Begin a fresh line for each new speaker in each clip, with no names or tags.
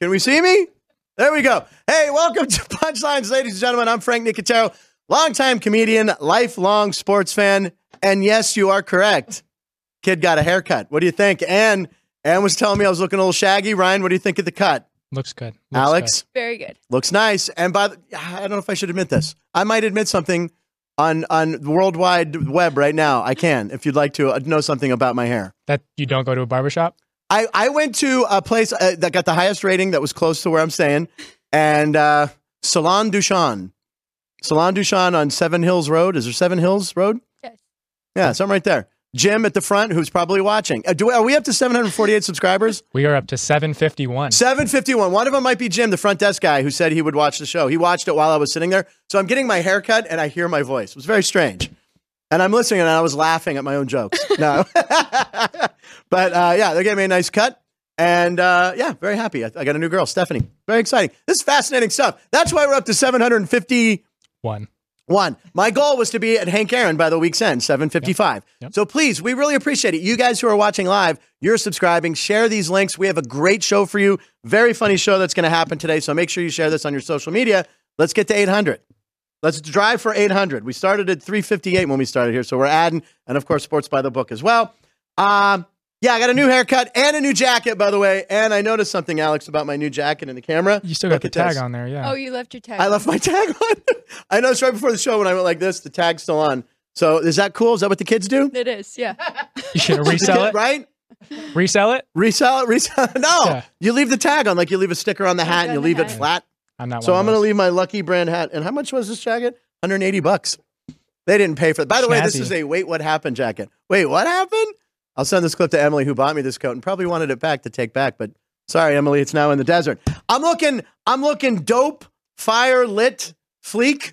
Can we see me? There we go. Hey, welcome to Punchlines, ladies and gentlemen. I'm Frank Nicotero, longtime comedian, lifelong sports fan, and yes, you are correct. Kid got a haircut. What do you think? And Ann was telling me I was looking a little shaggy. Ryan, what do you think of the cut?
Looks good. Looks
Alex
Very good.
looks nice. And by the, I don't know if I should admit this. I might admit something on on the worldwide web right now. I can if you'd like to uh, know something about my hair.
good. that you don't go to a barbershop.
I, I went to a place uh, that got the highest rating that was close to where I'm staying, and uh, Salon Duchan. Salon Duchan on Seven Hills Road. Is there Seven Hills Road?
Yes.
Yeah, something right there. Jim at the front, who's probably watching. Uh, do, we- are we up to 748 subscribers?
We are up to 751.
751. One of them might be Jim, the front desk guy, who said he would watch the show. He watched it while I was sitting there. So I'm getting my hair cut and I hear my voice. It was very strange. And I'm listening and I was laughing at my own jokes. No. but uh, yeah, they gave me a nice cut. And uh, yeah, very happy. I, I got a new girl, Stephanie. Very exciting. This is fascinating stuff. That's why we're up to 750-
One.
one. My goal was to be at Hank Aaron by the week's end, 755.
Yep.
So please, we really appreciate it. You guys who are watching live, you're subscribing, share these links. We have a great show for you. Very funny show that's going to happen today. So make sure you share this on your social media. Let's get to 800. Let's drive for 800. We started at 358 when we started here. So we're adding, and of course, sports by the book as well. Um, yeah, I got a new haircut and a new jacket, by the way. And I noticed something, Alex, about my new jacket and the camera.
You still got
Look
the
at this.
tag on there. Yeah.
Oh, you left your tag.
I left my tag on. I noticed right before the show when I went like this, the tag's still on. So is that cool? Is that what the kids do?
It is. Yeah.
You should
The
resell
kid-
it.
right?
Resell it.
Resell it, resell it. No,
Yeah.
you leave the tag on, like you leave a sticker on the hat and you
on the
leave it
hat.
flat.
I'm not.
So I'm
one of
gonna
those.
leave my Lucky Brand hat. And how much was this jacket? 180 bucks. They didn't pay for it. By the way, this
Snazzy.
is a wait, what happened jacket. Wait, what happened? I'll send this clip to Emily, who bought me this coat and probably wanted it back to take back. But sorry, Emily, it's now in the desert. I'm looking, I'm looking dope, fire lit, fleek,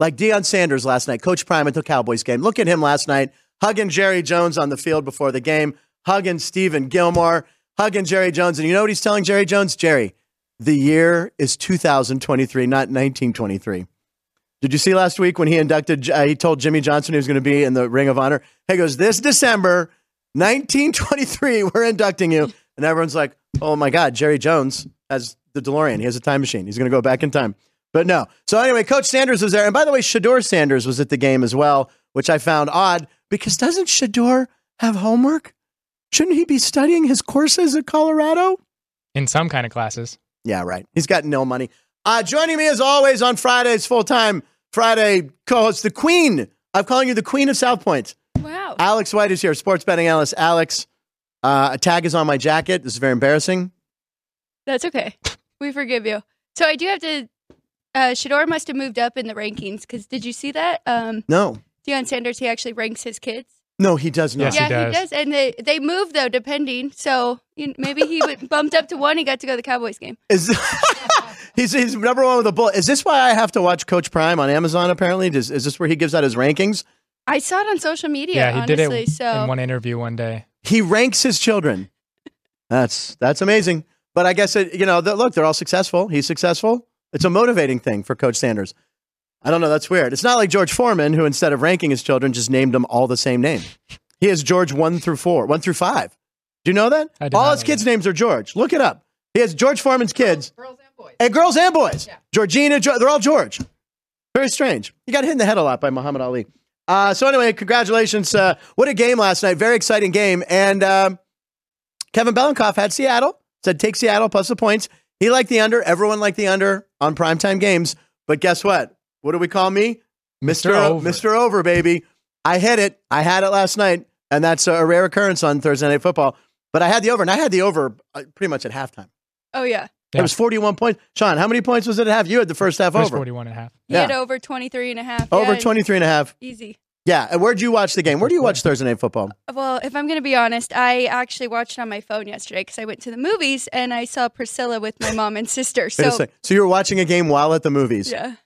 like Deion Sanders last night. Coach Prime at the Cowboys game. Look at him last night, hugging Jerry Jones on the field before the game, hugging Stephen Gilmore, hugging Jerry Jones. And you know what he's telling Jerry Jones? Jerry, the year is 2023, not 1923. Did you see last week when he inducted, uh, he told Jimmy Johnson he was going to be in the Ring of Honor? He goes, This December 1923, we're inducting you. And everyone's like, Oh my God, Jerry Jones has the DeLorean. He has a time machine. He's going to go back in time. But no. So anyway, Coach Sanders was there. And by the way, Shador Sanders was at the game as well, which I found odd because doesn't Shador have homework? Shouldn't he be studying his courses at Colorado?
in some kind of classes.
Yeah, right. He's got no money. Uh, joining me as always on Fridays, full time Friday co host, the Queen. I'm calling you the Queen of South Point.
Wow.
Alex White is here, sports betting analyst. Alex, uh, a tag is on my jacket. This is very embarrassing.
That's okay. We forgive you. So I do have to. Uh, Shador must have moved up in the rankings because did you see that? Um,
No,
Deion Sanders, he actually ranks his kids.
no, he does not.
Yes, he
yeah,
does.
And they, they move, though, depending. So you know, maybe he would bumped up to one. He got to go to the Cowboys game.
Is, he's, he's number one with a bullet. Is this why I have to watch Coach Prime on Amazon, apparently? Does, is this where he gives out his rankings?
I saw it on social media,
Yeah, he did
honestly.
it
so
in one interview one day.
He ranks his children. That's, that's amazing. But I guess, it, you know, th- look, they're all successful. He's successful. It's a motivating thing for Coach Sanders. I don't know. That's weird. It's not like George Foreman, who instead of ranking his children, just named them all the same name. He has George one through four, one through five. Do you know that?
I did
all
not
his
know
kids' names are George. Look it up. He has George Foreman's kids. Girls and boys. And girls and boys. Georgina, jo- they're all George. Very strange. You got hit in the head a lot by Muhammad Ali. Uh, so anyway, congratulations. Uh, what a game last night. Very exciting game. And um, Kevin Belenkoff had Seattle. Said take Seattle plus the points. He liked the under. Everyone liked the under on primetime games. But guess what? What do we call me? Mr.
Mr.
O-
Over.
Mr. Over, baby. I hit it. I had it last night. And that's a rare occurrence on Thursday Night Football. But I had the over, and I had the over uh, pretty much at halftime.
oh yeah,
It
Yeah.
was 41 points. Sean, how many points was it at half? You had the first half
First
over.
41 and a half.
he had over 23 and a half.
Over
Yeah,
23 and a half.
Easy.
Yeah. And where'd you watch the game? Where do you watch Thursday Night Football?
Well, if I'm going to be honest, I actually watched it on my phone yesterday because I went to the movies and I saw Priscilla with my mom and sister.
Wait a
So,
sec. So you were watching a game while at the movies.
yeah,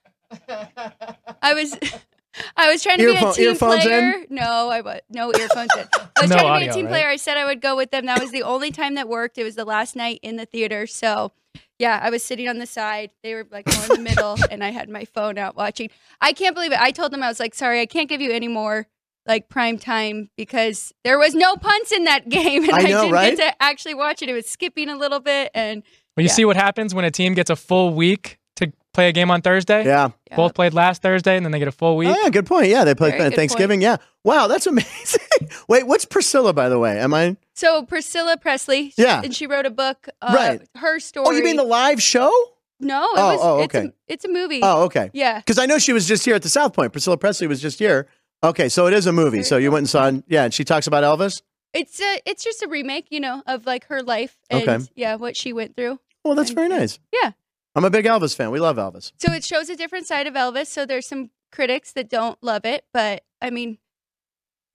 I was, I was trying to
Earphone-
be a team
earphones in?
player. No, I was no earphones in. I was
No
trying to be
audio,
a team
right?
player. I said I would go with them. That was the only time that worked. It was the last night in the theater. So, yeah, I was sitting on the side. They were like more in the middle, and I had my phone out watching. I can't believe it. I told them I was like, sorry, I can't give you any more like prime time because there was no punts in that game, and
I
I,
know,
didn't
right?
get to actually watch it. It was skipping a little bit, and
Well, you
Yeah.
see what happens when a team gets a full week to play a game on Thursday.
Yeah.
Yeah.
Both played last Thursday, and then they get a full week.
Oh, yeah, good point. Yeah, they play
Very good
Thanksgiving. Yeah. Wow, that's amazing. Wait, what's Priscilla, by the way? Am I?
So Priscilla Presley,
Yeah.
and she wrote a book. Uh,
Right.
Her story.
Oh, you mean the live show?
No, it
Oh,
was.
oh,
It's
okay.
a, it's a movie.
Oh, okay.
Yeah.
Because I know she was just here at the South Point. Priscilla Presley was just here. Okay, so it is a movie. So you went and saw, yeah, and she talks about Elvis.
It's a, it's just a remake, you know, of like her life and
Okay.
yeah, what she went through.
Well, that's very nice.
Yeah.
I'm a big Elvis fan. We love Elvis.
So it shows a different side of Elvis. So there's some critics that don't love it, but I mean,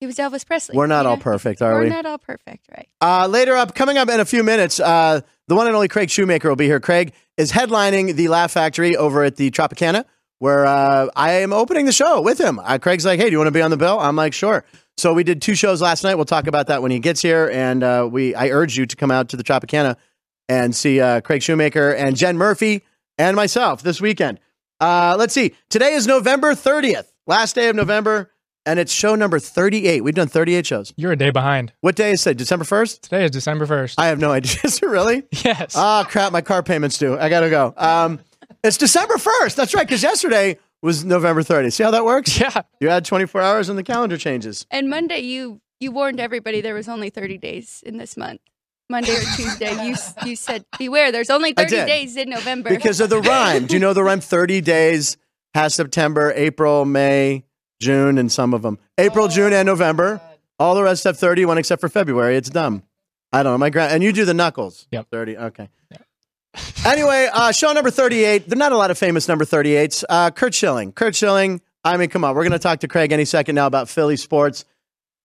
he was Elvis Presley.
We're not
you
all
know?
perfect, are
We're
we?
not all perfect, right?
Uh, later up, coming up in a few minutes, uh, the one and only Craig Shoemaker will be here. Craig is headlining the Laugh Factory over at the Tropicana, where uh, I am opening the show with him. Uh, Craig's like, "Hey, do you want to be on the bill?" I'm like, "Sure." So we did two shows last night. We'll talk about that when he gets here, and uh, we I urge you to come out to the Tropicana and see uh, Craig Shoemaker and Jen Murphy and myself this weekend. Uh, let's see. Today is November 30th, last day of November, and it's show number 38. We've done 38 shows.
You're a day behind.
What day is it? December 1st.
Today is December first.
I have no idea. Is it really?
yes.
Oh, crap. My car payment's due. I got to go. Um, it's December 1st. That's right. Because yesterday was November 30th. See how that works?
yeah.
You add 24 hours and the calendar changes.
And Monday, you you warned everybody there was only 30 days in this month. Monday or Tuesday, you s- you said beware. There's only 30
did.
days in November.
Because of the rhyme. Do you know the rhyme? 30 days has September, April, May, June, and some of them. April, June, and November. All the rest have 31 except for February. It's dumb. I don't know. My grand and you do the knuckles.
Yep.
30. Okay. anyway, uh, show number 38. There are not a lot of famous number 38s. Uh, Kurt Schilling. Kurt Schilling. I mean, come on. We're going to talk to Craig any second now about Philly sports.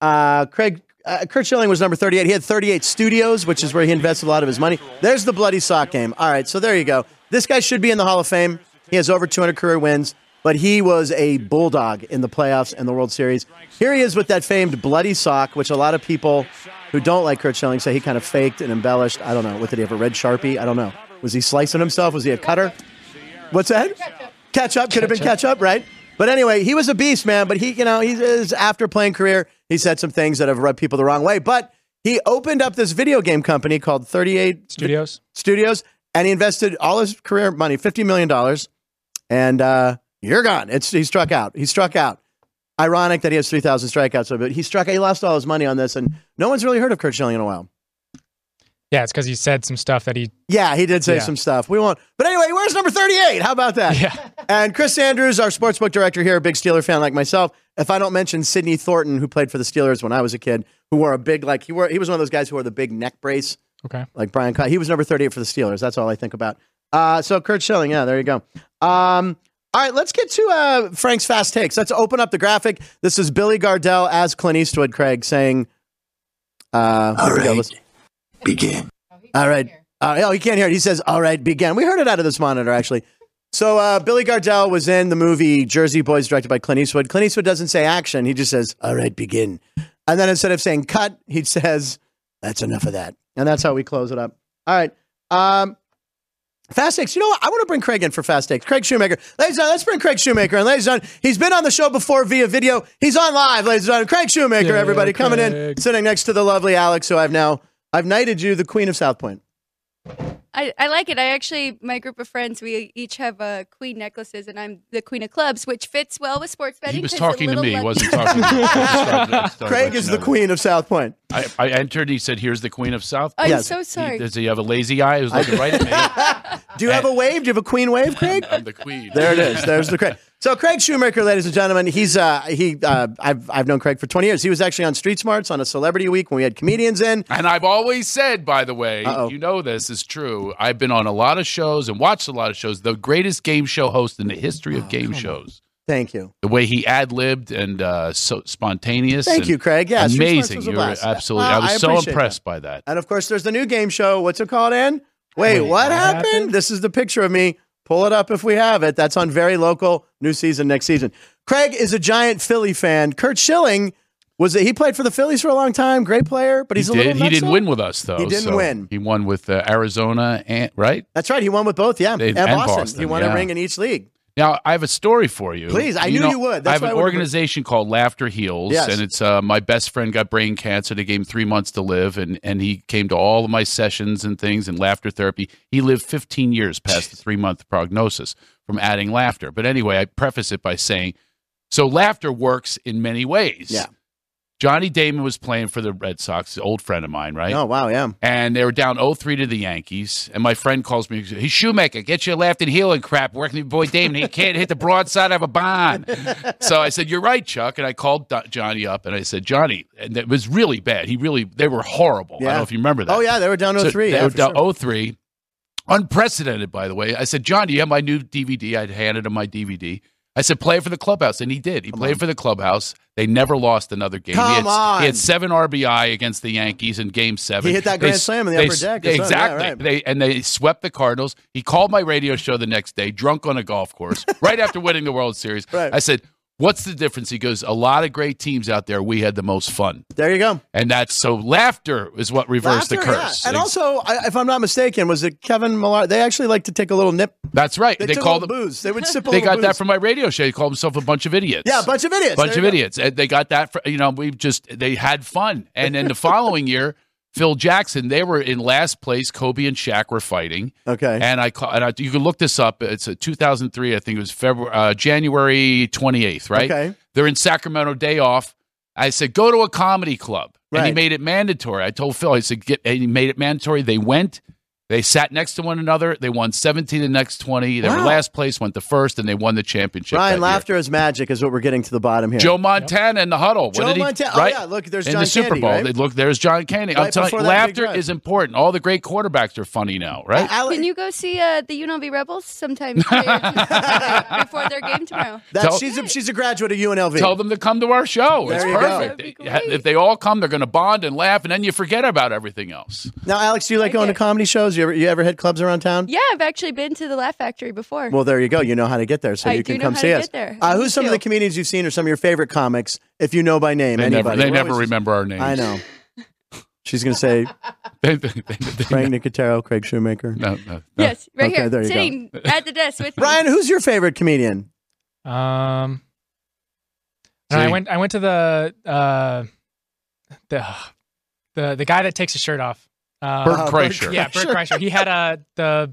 Uh, Craig, uh, Kurt Schilling was number 38. He had 38 studios, which is where he invested a lot of his money. There's the bloody sock game. All right, so there you go. This guy should be in the Hall of Fame. He has over 200 career wins, but he was a bulldog in the playoffs and the World Series. Here he is with that famed bloody sock, which a lot of people who don't like Kurt Schilling say he kind of faked and embellished. I don't know. What did he have? A red sharpie? I don't know. Was he slicing himself? Was he a cutter? What's that? Catch up. Could have been catch up, right? But anyway, he was a beast, man. But he, you know, he's his after playing career. He said some things that have rubbed people the wrong way. But he opened up this video game company called 38
Studios.
Studios, and he invested all his career money, $50 million. And uh, you're gone. It's, he struck out. He struck out. Ironic that he has 3,000 strikeouts, but he struck out. He lost all his money on this, and no one's really heard of Kurt Schilling in a while.
Yeah, it's because he said some stuff that he.
Yeah, he did say
Yeah.
some stuff. We won't. But anyway, where's number 38? How about that?
Yeah.
And Chris Andrews, our sports book director here, a big Steeler fan like myself. If I don't mention Sidney Thornton, who played for the Steelers when I was a kid, who wore a big, like, he, wore, he was one of those guys who wore the big neck brace,
Okay.
like Brian Cott. He was number 38 for the Steelers. That's all I think about. Uh, so Kurt Schilling, yeah, there you go. Um, all right, let's get to uh, Frank's fast takes. Let's open up the graphic. This is Billy Gardell as Clint Eastwood, Craig, saying, uh,
All
here we go.
right.
Let's-
begin.
all right. Uh, oh, he can't hear it. He says, all right, begin. We heard it out of this monitor, actually. So uh, Billy Gardell was in the movie Jersey Boys, directed by Clint Eastwood. Clint Eastwood doesn't say action. He just says, all right, begin. And then instead of saying cut, he says, that's enough of that. And that's how we close it up. All right. Um, Fast takes. You know what? I want to bring Craig in for fast takes. Craig Shoemaker. Ladies and gentlemen, let's bring Craig Shoemaker in. Ladies and gentlemen, he's been on the show before via video. He's on live, ladies and gentlemen. Craig Shoemaker,
Yeah,
everybody, coming in,
Craig.
sitting next to the lovely Alex, who I've now, I've knighted you the queen of South Point.
I, I like it. I actually, my group of friends, we each have uh, queen necklaces, and I'm the queen of clubs, which fits well with sports betting.
He was
'cause it's a
talking to
little
me. He
lucky.
wasn't talking to me. I just thought I'd let
Craig
you
is
know
the
that.
queen of South Point.
I, I entered. He said, "Here's the queen of South."
I'm
Yes.
so Oh, sorry.
He, does he have a lazy eye? He was looking right at me.
Do you have a wave? Do you have a queen wave, Craig?
I'm the queen.
There it is. There's the Craig. So Craig Shoemaker, ladies and gentlemen, he's uh, he uh, I've I've known Craig for 20 years. He was actually on Street Smarts on a Celebrity Week when we had comedians in.
And I've always said, by the way,
Uh-oh.
you know this is true. I've been on a lot of shows and watched a lot of shows. The greatest game show host in the history
Oh,
of game shows.
Thank you,
The way he ad libbed and uh, so spontaneous.
thank
and
you, Craig. Yeah, Street Smarts
amazing.
was a
You were
blast.
absolutely.
Well,
I was so
appreciate
impressed
that.
by that.
And of course, there's the new game show. What's it called? In wait, what happened?
happened?
This is the picture of me. Pull it up if we have it. That's on very local. New season next season. Craig is a giant Philly fan. Kurt Schilling was a, he played for the Phillies for a long time. Great player, but he's
he
a
did.
little.
He didn't
nutso.
win with us though.
He didn't
so
win.
He won with uh, Arizona and right.
That's right. He won with both. Yeah,
They-
and
and
Boston.
Boston,
He won a
yeah.
ring in each league.
Now I have a story for you.
Please, I knew you would. That's
I have
why I
an
would-
organization called Laughter Heals,
Yes.
and it's uh, my best friend got brain cancer. They gave him three months to live, and and he came to all of my sessions and things and laughter therapy. He lived 15 years past the three month prognosis from adding laughter. But anyway, I preface it by saying, so laughter works in many ways.
Yeah.
Johnny Damon was playing for the Red Sox, old friend of mine, right?
Oh wow, yeah.
and they were down 0-3 to the Yankees. And my friend calls me, he's Shoemaker, get your left and healing crap, working with boy Damon. He can't hit the broadside of a barn. so I said, you're right, Chuck. And I called Do- Johnny up and I said, Johnny, and it was really bad. He really, they were horrible. I
Yeah.
don't know if you remember that.
Oh yeah, they were down
So
03.
They
yeah,
were
for
down
sure.
03. Unprecedented, by the way. I said, John, do you have my new DVD? I'd handed him my DVD. I said, play it for the clubhouse. And he did. He played for the clubhouse. They never lost another game. he,
Come
had, he
on.
had seven RBI against the Yankees in game seven.
He hit that
They
grand
s-
slam in the
they
upper
s-
deck or something. Yeah,
Exactly.
right.
they, and they swept the Cardinals. He called my radio show the next day, drunk on a golf course, right after winning the World Series.
Right.
I said, What's the difference? He goes, A lot of great teams out there. We had the most fun.
There you go.
And that's so laughter is what reversed the
Laughter, yeah.
curse.
And
Ex-
also, I, if I'm not mistaken, was it Kevin Millar? They actually like to take a little nip.
That's right. They,
took a
called
little
them.
booze. They would sip a
They
little
got that
booze.
from my radio show. He called himself a bunch of idiots.
Yeah, a bunch of idiots.
bunch
There
of
you go.
idiots. And they got that. For, you know, we just they had fun. And then the following year, Phil Jackson. They were in last place. Kobe and Shaq were fighting.
Okay.
And I call. And I, you can look this up. It's a 2003. I think it was February, uh, January 28th. Right.
Okay.
They're in Sacramento. Day off. I said, go to a comedy club. And he
Right.
made it mandatory. I told Phil, I said, get, and he made it mandatory. They went. They sat next to one another. They won 17 the next 20. They were
Wow.
last place, went to first, and they won the championship.
Ryan,
that year.
laughter is magic, is what we're getting to the bottom here.
Joe Montana in the huddle. What
Joe
did he,
Montana.
Right?
Oh yeah, look, there's
in
John
the Super
Candy,
Bowl.
right?
They- look, there's John Candy.
Right
I'm telling you,
before that big
laughter
drive.
is important. All the great quarterbacks are funny now, right?
Al-
Can you go see uh, the UNLV Rebels sometime today- before their game tomorrow?
that,
Tell-
she's, a, she's a graduate of UNLV.
Tell them to come to our show.
There
it's
you go.
perfect.
That'd be
Ha-
great.
If they all come, they're going to bond and laugh, and then you forget about everything else.
now, Alex, do you like going to
did.
comedy shows? You ever, you ever hit clubs around town?
Yeah, I've actually been to the Laugh Factory before.
Well, there you go. You know how to get there, so
I
you
do
can
know
come
how
see
to
us.
get there.
Uh,
Me
who's some of
too.
the comedians you've seen, or some of your favorite comics, if you know by name?
They never,
anybody?
they
We're
never
always-
remember our names.
I know. She's gonna say
They- they- they- they-
Frank Nicotero, Craig Shoemaker.
no, no, no.
yes, right
Oh, Okay,
here,
there you go.
sitting at the desk with me.
Ryan, who's your favorite comedian?
Um, and I
See?
went. I went to the uh, the the the guy that takes his shirt off. Uh,
Bert
Uh, Bert
Kreischer.
yeah, Bert Kreischer. He had a the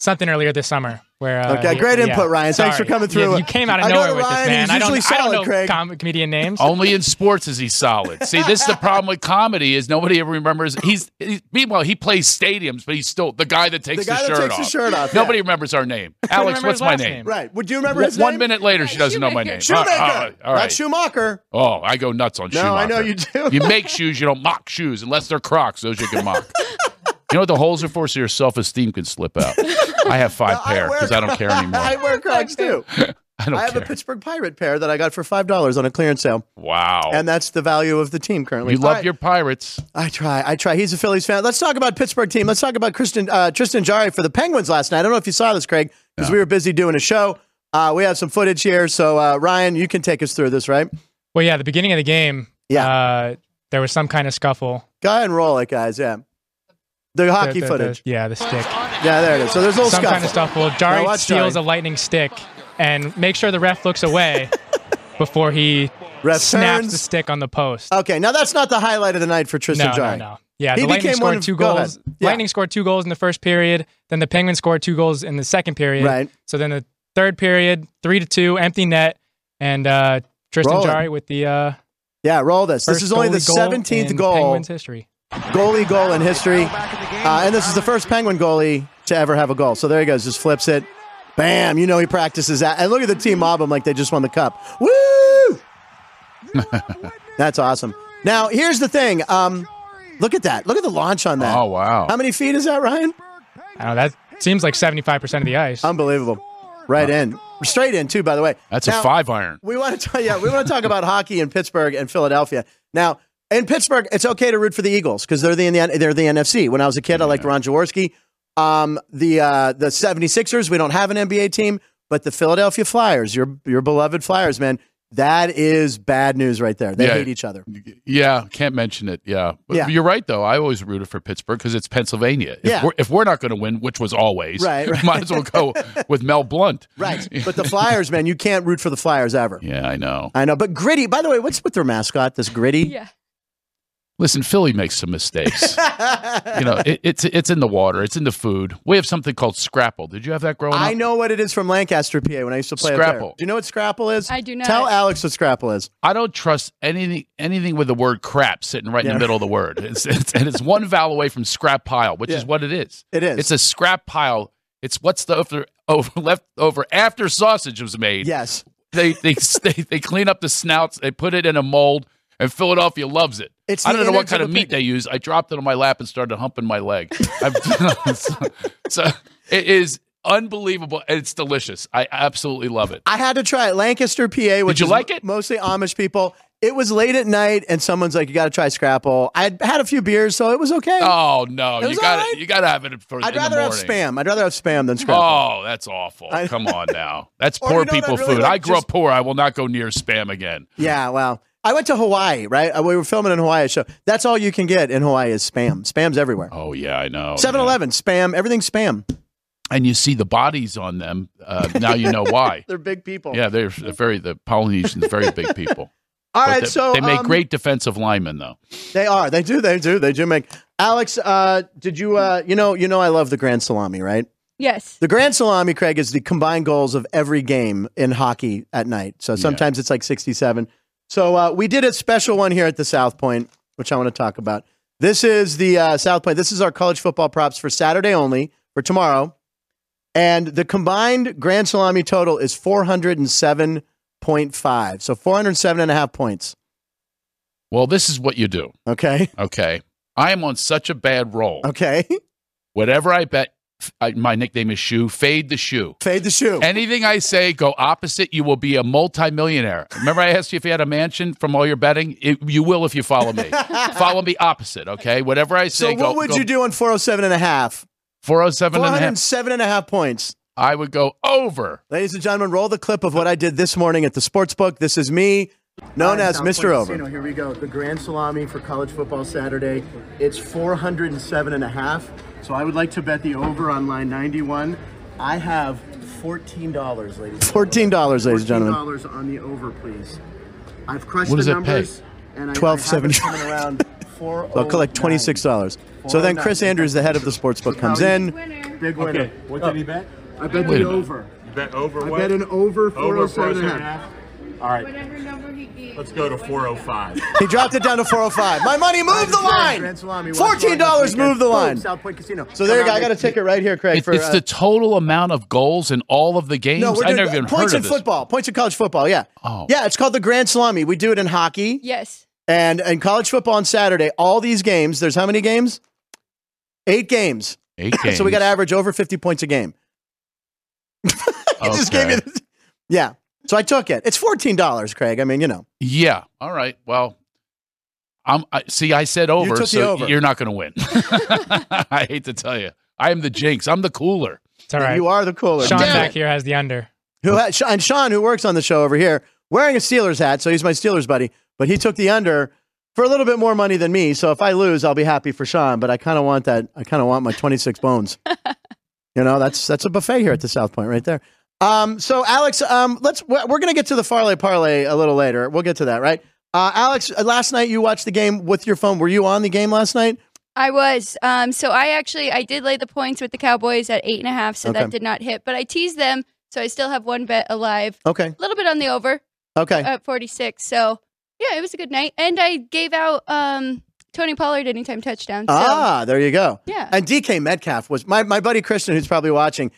something earlier this summer where. Uh,
Okay,
he-
great
yeah.
input, Ryan. Thanks for
Sorry.
coming
You-
through.
You, came out of
I go to
nowhere with
Ryan,
this man.
he's
I don't,
usually
I don't
solid,
know
Craig.
com- comedian names.
Only in sports is he solid. See, this is the problem with comedy is nobody ever remembers. He's, he's meanwhile he plays stadiums, but he's still the guy that
the
takes
guy that
shirt
takes
off.
his shirt off. yeah.
Nobody remembers our name. Alex,
remember
what's
his
my
last
name?
name.
Right. Would you remember
W-
his
One
name?
minute later, she doesn't know my name.
Shoemaker.
All
Shoemaker.
right, all right, all
Not
right.
Schumacher.
Oh, I go nuts on
No,
Schumacher.
I know you do.
You make shoes, you don't mock shoes unless they're Crocs. Those you can mock. you know what the holes are for? So your self esteem can slip out. I have five
No, I
pair
wear-
because I don't care anymore.
I
I,
wear Crocs too.
don't
I have
care.
a Pittsburgh Pirate pair that I got for five dollars on a clearance sale,
wow.
and that's the value of the team currently.
Oh. you
All
love
right.
your Pirates.
I try. I try. He's a Phillies fan. Let's talk about Pittsburgh team. Let's talk about Kristen, uh, Tristan Jari for the Penguins last night. I don't know if you saw this, Craig, because we were busy doing a show. Uh, we have some footage here, so uh, Ryan, you can take us through this, right?
Well, yeah, the beginning of the game.
Yeah.
Uh, there was some kind of scuffle.
Go ahead and roll it, guys. Yeah, the
The-
hockey
the- the-
footage.
yeah, the stick.
yeah, there it is. So there's a little
some
scuffle.
kind of scuffle.
Now
Jari
watch
steals
Jari.
a lightning stick and make sure the ref looks away before he
Ref
snaps
turns.
the stick on the post.
Okay, now that's not the highlight of the night for Tristan
no, no,
Jari.
no. Yeah,
He
the Lightning
became one
scored
of-
two
go ahead.
goals.
Yeah.
Lightning scored two goals in the first period. Then the Penguins scored two goals in the second period.
Right.
So then the third period, three to two, empty net, and uh, Tristan
Roll it.
Jari with the uh,
Yeah, roll this.
first
this is only the
goalie goal
17th
in
goal,
Penguins history.
goalie goal in history, uh, and this is the first Penguin goalie to ever have a goal. So there he goes, just flips it, bam! You know he practices that. And look at the team mob him like they just won the cup. Woo! That's awesome. Now here's the thing. Um, look at that. Look at the launch on that.
Oh wow.
How many feet is that, Ryan?
I don't know, that seems like seventy-five percent of the ice.
Um, Unbelievable. Right in, straight in too. By the way,
That's
Now-
a five iron.
We want to talk, yeah, we want to talk about hockey in Pittsburgh and Philadelphia. Now, in Pittsburgh, it's okay to root for the Eagles because they're the they're the NFC. When I was a kid, I liked Ron Jaworski. Um, the uh, the 76ers, we don't have an NBA team, but the Philadelphia Flyers, your your beloved Flyers, man, That is bad news right there. They
Yeah.
hate each other.
Yeah, can't mention it. Yeah, but
Yeah.
you're right though. I always rooted for Pittsburgh because it's Pennsylvania. If,
Yeah.
we're, if we're not going to win, which was always,
Right, right.
might as well go with Mel Blunt.
Right. But the Flyers, man, you can't root for the Flyers ever.
Yeah, I know.
I know. But Gritty, by the way, what's with their mascot, this Gritty?
Yeah.
Listen, Philly makes some mistakes. you know, it, it's it's in the water, it's in the food. We have something called Scrapple. Did you have that growing
I
up?
know what it is from Lancaster, PA, when I used to play up there.
Scrapple.
Do you know what Scrapple is?
I do not.
Tell Alex what Scrapple is.
I don't trust anything anything with the word crap sitting right in
Yeah.
the middle of the word. It's, it's, and it's one vowel away from scrap pile, which
Yeah.
is what it is.
It is.
It's a scrap pile. It's what's the over, over left over after sausage was made.
yes.
They, they they they clean up the snouts. They put it in a mold, and Philadelphia loves it.
It's
I
the
don't know what
innards of
kind
a
of meat
pig.
they use. I dropped it on my lap and started humping my leg. I've, so, so it is unbelievable. and It's delicious. I absolutely love it.
I had to try it. Lancaster, PA, which
you
is
like it?
mostly Amish people. It was late at night, and someone's like, "You got to try Scrapple." I had had a few beers, so it was okay.
Oh no,
It
you
was
got
all right.
to You got to have it for. in
I'd
the
rather have
morning.
spam. I'd rather have spam than Scrapple.
Oh, that's awful.
I-
Come on now. That's
Or
poor
you know what
people
I'd really
food.
like?
I grew
Just-
up poor. I will not go near spam again.
Yeah, wow. I went to Hawaii, right? Uh, We were filming in Hawaii. So that's all you can get in Hawaii is spam. Spam's everywhere.
Oh yeah, I know.
7
yeah.
Eleven, spam, everything's spam.
and you see the bodies on them. Uh, now you know why.
They're big people.
Yeah, they're they're very the Polynesians, are very big people.
All
But
right,
they,
so
they make
um,
great defensive linemen, though.
They are. They do. They do. They do make. Alex, uh, did you? Uh, you know. You know. I love the Grand Salami, right?
Yes.
The Grand Salami, Craig, is the combined goals of every game in hockey at night. So sometimes it's like 67. So uh, we did a special one here at the South Point, which I want to talk about. This is the uh, South Point. This is our college football props for Saturday only, for tomorrow. And the combined Grand Salami total is 407.5. So 407 and a half points.
Well, this is what you do.
Okay.
Okay, I am on such a bad roll.
Okay.
Whatever I bet, I, my nickname is Shoe. Fade the shoe.
Fade the shoe.
Anything I say, go opposite. You will be a multimillionaire. Remember, I asked you if you had a mansion from all your betting. It, you will if you follow me. follow me opposite. Okay, whatever I
So
say.
what
go,
would
go
you do on 407 and a half?
407 and a half.
407 and a half points.
I would go over.
Ladies and gentlemen, roll the clip of what I did this morning at the sports book. This is me, known as Mr. Over. Here we go. The Grand Salami for college football Saturday. It's 407 and a half. So I would like to bet the over on line 91. I have $14, ladies and gentlemen.
$14,
ladies and gentlemen.
$14 on the over, please. I've crushed
What
the
does it pay?
numbers. And I,
$12.70.
I have it coming around
I'll
oh
collect $26. So then Chris Andrews, the head of the sports book, comes in.
Winner.
Big winner.
Okay, what did he bet?
I bet
Wait
the
a minute.
over.
You bet over
I
what?
bet an over
over
407 and a half.
All right,
Whatever number he gave.
let's go to 405.
He dropped it down to 405. My money moved the line.
Grand Salami, West Lawn this
$14
weekend.
moved the
Boom,
line.
South Point Casino.
So there you
Come
go.
out
I got a
with-
ticket right here, Craig.
It-
for,
it's
uh,
the total amount of goals in all of the games.
no, we're
I
doing
never even
points
heard of
in
this.
football, points in college football. Yeah,
Oh.
yeah, it's called the Grand Salami. We do it in hockey
Yes.
and in college football on Saturday. All these games. There's how many games? Eight games.
Eight games.
So we got to average over 50 points a game. I just gave
Okay.
you. This. Yeah. So I took it. It's fourteen dollars, Craig. I mean, you know,
Yeah. All right. Well, I'm. I, see, I said over,
took the
so
over.
you're not going to win. I hate to tell you, I am the jinx. I'm the cooler.
It's all right.
you are the cooler.
Sean
Damn
back
it.
here has the under.
Who ha- and Sean, who works on the show over here, wearing a Steelers hat, so he's my Steelers buddy. But he took the under for a little bit more money than me. So if I lose, I'll be happy for Sean. But I kind of want that. I kind of want my twenty six bones. you know, that's that's a buffet here at the South Point, right there. Um, so Alex, um, let's we're we're gonna get to the farley parlay a little later. We'll get to that, right? Uh, Alex, uh, last night you watched the game with your phone. Were you on the game last night?
I was. Um, so I actually I did lay the points with the Cowboys at eight and a half, so
Okay.
that did not hit. But I teased them, so I still have one bet alive.
Okay,
A little bit on the over
okay.
at forty six. So yeah, it was a good night. And I gave out um Tony Pollard anytime touchdown. So
ah, there you go.
yeah.
And DK Metcalf was my, my buddy Christian, who's probably watching.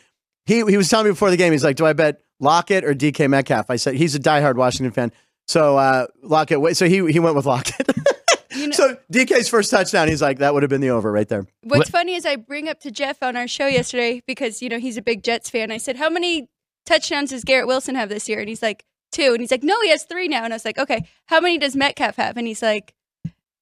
He he was telling me before the game. He's like, "Do I bet Lockett or DK Metcalf?" I said, "He's a diehard Washington fan." So uh, Lockett. wait- So he he went with Lockett.
You know-
so DK's first touchdown. He's like, "That would have been the over right there."
What's funny is I bring up to Jeff on our show yesterday because you know he's a big Jets fan. I said, "How many touchdowns does Garrett Wilson have this year?" And he's like, two. And he's like, "No, he has three now." And I was like, "Okay, how many does Metcalf have?" And he's like,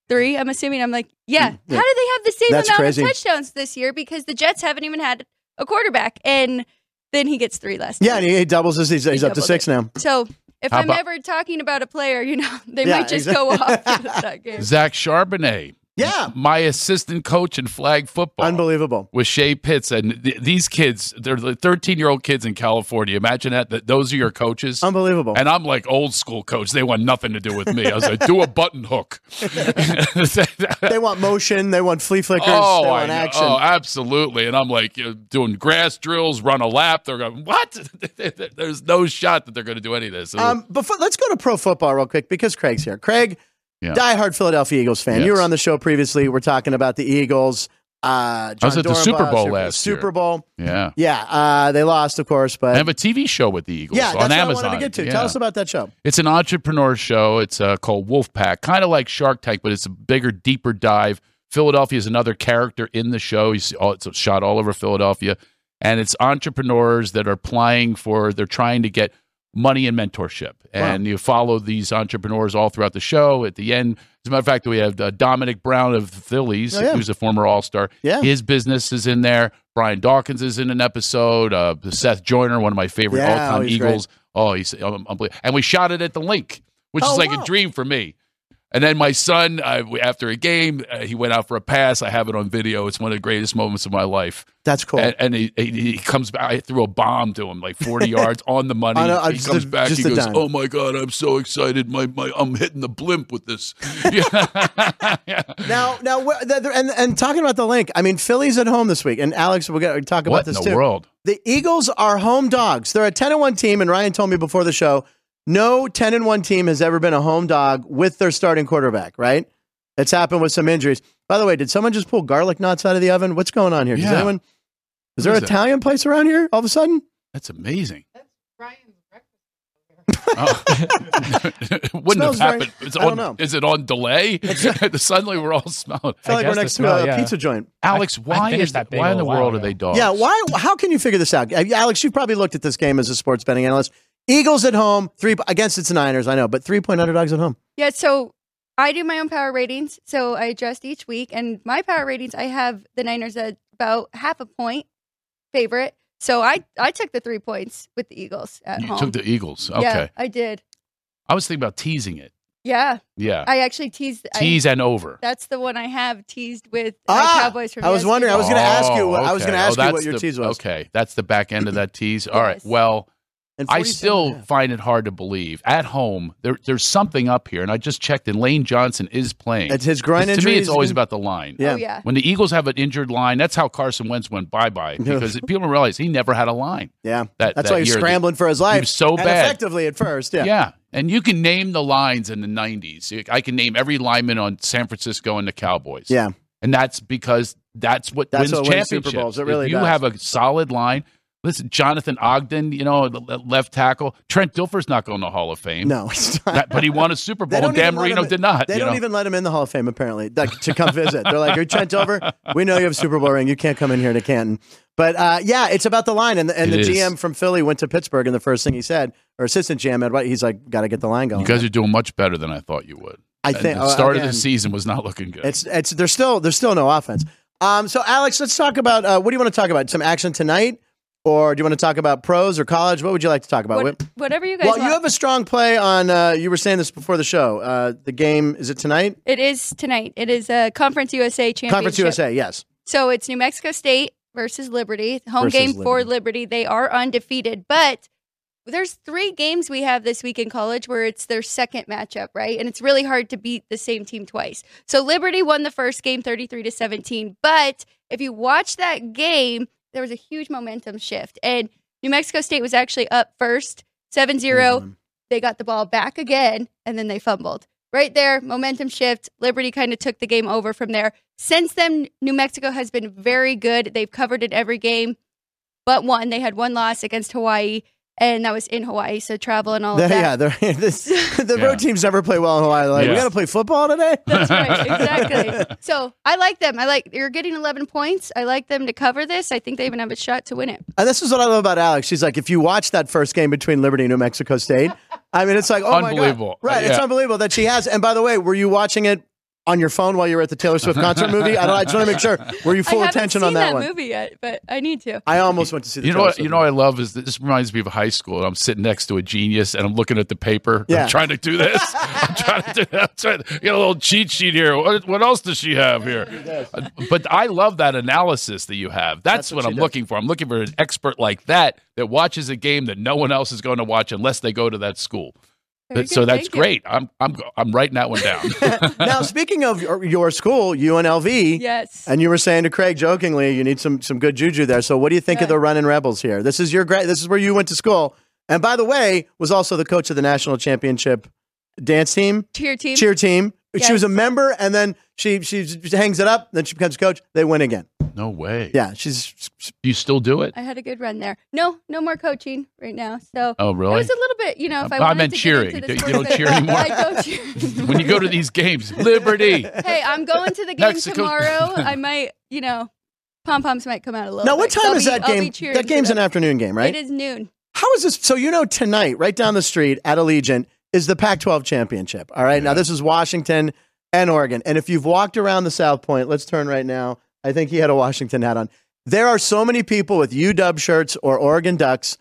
three. I'm assuming. I'm like, "Yeah."
Mm, yeah.
How do they have the same
That's
amount
crazy.
of touchdowns this year? Because the Jets haven't even had a quarterback, and then he gets three last.
Yeah,
night.
and he, he doubles his. He's, he's up to
doubled
six now.
So If
How
I'm
about-
ever talking about a player, you know, they
Yeah,
might just
exact-
go off for that game.
Zach Charbonnet,
Yeah.
my assistant coach in flag football.
Unbelievable.
With Shea Pitts and th- these kids, they're 13 year old kids in California. Imagine that, that those are your coaches.
Unbelievable.
And I'm like old school coach. They want nothing to do with me. I was like, do a button hook.
they want motion. They want flea flickers. they
I
want
know.
action.
Oh, absolutely. And I'm like you know, doing grass drills, run a lap. They're going, what? There's no shot that they're going to do any of this.
Um, before, let's go to pro football real quick because Craig's here. Craig,
Yeah.
diehard Philadelphia Eagles fan. You
Yes.
were on the show previously. We're talking about the Eagles. Uh, John
was at the
Dorenbos,
Super Bowl
they were at the
last year.
Super Bowl.
yeah.
Yeah, uh, they lost, of course, but
I have a TV show with the Eagles
yeah, that's
on
what
Amazon.
I wanted to get to.
Yeah.
Tell us about that show.
It's an entrepreneur show. It's uh, called Wolfpack, kind of like Shark Tank, but it's a bigger, deeper dive. Philadelphia is another character in the show. You see, all, it's shot all over Philadelphia, and it's entrepreneurs that are applying for. They're trying to get money and mentorship, and you follow these entrepreneurs all throughout the show. At the end, as a matter of fact, we have uh, Dominic Brown of the Phillies,
Oh, yeah.
who's a former All Star.
Yeah.
his business is in there. Brian Dawkins is in an episode. Uh, Seth Joyner, one of my favorite
Yeah,
all-time
he's
Eagles. Oh, he's um, unbelievable. And we shot it at the link, which
Oh,
is like
wow.
a dream for me. And then my son, I, we- after a game, uh, he went out for a pass. I have it on video. It's one of the greatest moments of my life.
That's cool.
And, and he, he, he comes back. I threw a bomb to him, like 40 yards on the money.
I know, I
he
just
comes
did-
back.
just
He
did
goes,
dime.
"Oh my god, I'm so excited! My, my I'm hitting the blimp with this." Yeah.
now, now, where- the- the- and and talking about the link. I mean, Phillies at home this week, and Alex, we're going to talk about
what in
this
the
too.
world?
The Eagles are home dogs. They're a 10 and 1 team, and Ryan told me before the show no 10 and 1 team has ever been a home dog with their starting quarterback, right? It's happened with some injuries. By the way, did someone just pull garlic knots out of the oven? What's going on here? Does
Yeah.
anyone, is there
is
an
that?
Italian place around here all of a sudden?
That's amazing.
Ryan's breakfast.
Oh. Wouldn't have
Smells very-
happened. It's
I don't
on,
know.
Is it on delay? Suddenly we're all smelling.
I feel
I
like
guess
we're
the
next
smell,
to a
yeah.
pizza joint.
Alex,
I
why
finished
is
that
that?
bagel
Why
a
in the
while
world are
ago.
they dogs?
Yeah, why? How can you figure this out, Uh, Alex? You've probably looked at this game as a sports betting analyst. Eagles at home, three against its Niners, I know, but three point underdogs at home.
Yeah, so I do my own power ratings. So I adjust each week, and my power ratings, I have the Niners at about half a point favorite. So I I took the three points with the Eagles at
You
home.
took the Eagles. Okay,
Yeah, I did.
I was thinking about teasing it.
Yeah,
Yeah,
I actually teased. I-
tease and over.
that's the one I have teased with
Ah,
my Cowboys. From
I was wondering, I
yesterday.
was gonna ask you
Oh,
what- I was
okay.
gonna ask you
that's
what your
the-
tease was.
Okay, that's the back end of that tease. All right.
Yes.
Well,
And 47
I
and a
still
half.
find it hard to believe. At home, there, there's something up here, and I just checked, and Lane Johnson is playing.
It's his groin
'Cause to
injury
me,
is
it's always
gonna-
about the line.
Yeah.
Oh yeah,
When the Eagles have an injured line, that's how Carson Wentz went bye bye
Yeah.
because people don't realize he never had a line.
yeah.
That
That's
that
why he was
year that-
scrambling for his life.
was so
and
bad.
Effectively at first, yeah.
Yeah. And you can name the lines in the 90s. I can name every lineman on San Francisco and the Cowboys.
Yeah.
And that's because that's what
That's
wins
what wins Super
championships.
Bowls. It
If
really
you
does.
have a solid line. Listen, Jonathan Ogden, you know, the le- left tackle. Trent Dilfer's not going to Hall of Fame.
No, it's not.
That- but he won a Super
They don't
Bowl. and Dan
even let
Marino
him-
did not.
They
you
don't
know?
even let him in the Hall of Fame, apparently, like, to come visit. They're like, you're Trent over. We know you have Super Bowl ring. You can't come in here to Canton. But uh, yeah, it's about the line. And, the- and
It
the
is.
GM from Philly went to Pittsburgh, and the first thing he said, or assistant GM, Ed White, he's like, got to get the line going.
you guys are doing much better than I thought you would.
I
And
think
the start of
again,
the season was not looking good.
It's it's there's still there's still no offense. Um, so Alex, let's talk about uh, what do you want to talk about? Some action tonight, or do you want to talk about pros or college? What would you like to talk about?
What- whatever you guys.
well, you
want.
have a strong play on. Uh, you were saying this before the show. Uh, the game is it tonight?
it is tonight. It is a Conference USA championship.
Conference USA. Yes.
So it's New Mexico State versus Liberty. Home
Versus
game for
Liberty.
Liberty. They are undefeated, but there's three games we have this week in college where it's their second matchup, right? And it's really hard to beat the same team twice. So Liberty won the first game 33 to 17, but if you watch that game, there was a huge momentum shift and New Mexico State was actually up first 7-0.
Mm-hmm.
They got the ball back again and then they fumbled. Right there, momentum shift. Liberty kind of took the game over from there. Since then, New Mexico has been very good. They've covered in every game but one. They had one loss against Hawaii, and that was in Hawaii, so travel and all
They-
of that.
yeah. they're- this- the
Yeah.
road teams never play well in Hawaii. Like, we
Yeah.
got to play football today.
That's right, exactly. so I like them. I like you're getting 11 points. I like them to cover this. I think they even have a shot to win it.
And this is what I love about Alex. She's like, if you watch that first game between Liberty and New Mexico State, I mean, it's like, oh my God.
Unbelievable. Uh,
Right. It's
Yeah.
unbelievable that she has. And by the way, were you watching it on your phone while you were at the Taylor Swift concert movie? I, don't, I just want to make sure. Were you full
I haven't
attention
seen
on that, one?
movie yet, but I need to.
I almost went to see the
You know
Taylor
what?
Swift
You know what I love is that this reminds me of high school. And I'm sitting next to a genius, and I'm looking at the paper.
Yeah.
I'm trying to do this. I'm trying to do that. I'm trying to, got a little cheat sheet here. What, what else does she have here? Uh, But I love that analysis that you have. That's,
That's what
what,
she
I'm
does.
looking for. I'm looking for an expert like that that watches a game that no one else is going to watch unless they go to that school.
Very
But- so
good,
that's
thank you.
great. I'm I'm I'm writing that one down.
now, speaking of your, your school, UNLV,
Yes.
and you were saying to Craig jokingly, you need some some good juju there. So, what do you think of
Yeah.
the running rebels here? This is your gra- This is where you went to school, and by the way, was also the coach of the national championship dance team,
to your team.
cheer team. She
Yes.
was a member, and then she she hangs it up. Then she becomes coach. They win again.
no way.
Yeah, she's
You still do it?
I had a good run there. No, no more coaching right now. So
Oh,
I
really?
was a little bit, you know, if
I
I, wanted
meant
to
cheering.
Get into
You- you
the
don't
sports
cheer
thing,
anymore?
I don't cheer.
when you go to these games, Liberty.
hey, I'm going to the game
Mexico.
tomorrow. I might, you know, pom poms might come out a little.
now.
bit,
What
'cause
time
I'll
is
be-
that
I'll be
game?
cheering
That
for
games an
them.
afternoon game, right?
It is noon.
How is this? So you know tonight, right down the street at Allegiant is the Pac-12 championship. All right, now this is Washington and Oregon, and if you've walked around the South Point, let's turn right now. I think he had a Washington hat on. There are so many people with UW shirts or Oregon Ducks,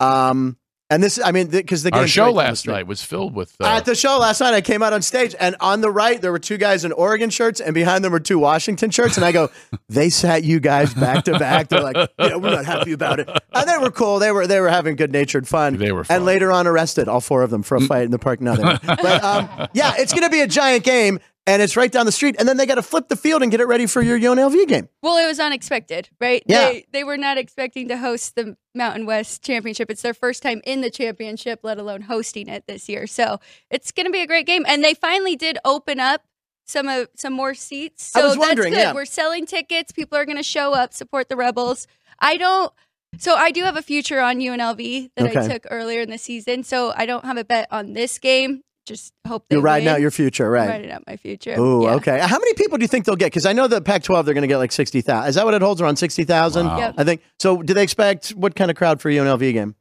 um, and this I mean because the,
Our
game's
show
right down the
last
street.
night was filled with. Uh,
At the show last night, I came out on stage, and on the right there were two guys in Oregon shirts, and behind them were two Washington shirts. And I go, "They sat you guys back to back. They're like, yeah, we're not happy about it." And they were cool. They were they were having good natured fun.
They were fun. Mm.
And later on, arrested all four of them for a fight in the park. No, they weren't. but um, yeah, it's going to be a giant game, and it's right down the street. And then they got to flip the field and get it ready for your UNLV game.
Well, it was unexpected, right?
Yeah.
They, they were not expecting to host the Mountain West Championship. It's their first time in the championship, let alone hosting it this year. So it's going to be a great game. And they finally did open up some of some more seats.
I
So
was wondering,
that's good.
yeah.
We're selling tickets. People are going to show up, support the Rebels. I don't. So I do have a future on UNLV that
Okay.
I took earlier in the season. So I don't have a bet on this game. Just hope they
You're riding
win.
out your future,
I'm
right?
riding out my future.
Oh,
Yeah.
okay. How many people do you think they'll get? Because I know the Pac-12 they're going to get like sixty thousand. Is that what it holds? Around sixty thousand.
Wow.
Yep.
I think so. Do they expect what kind of crowd for UNLV game?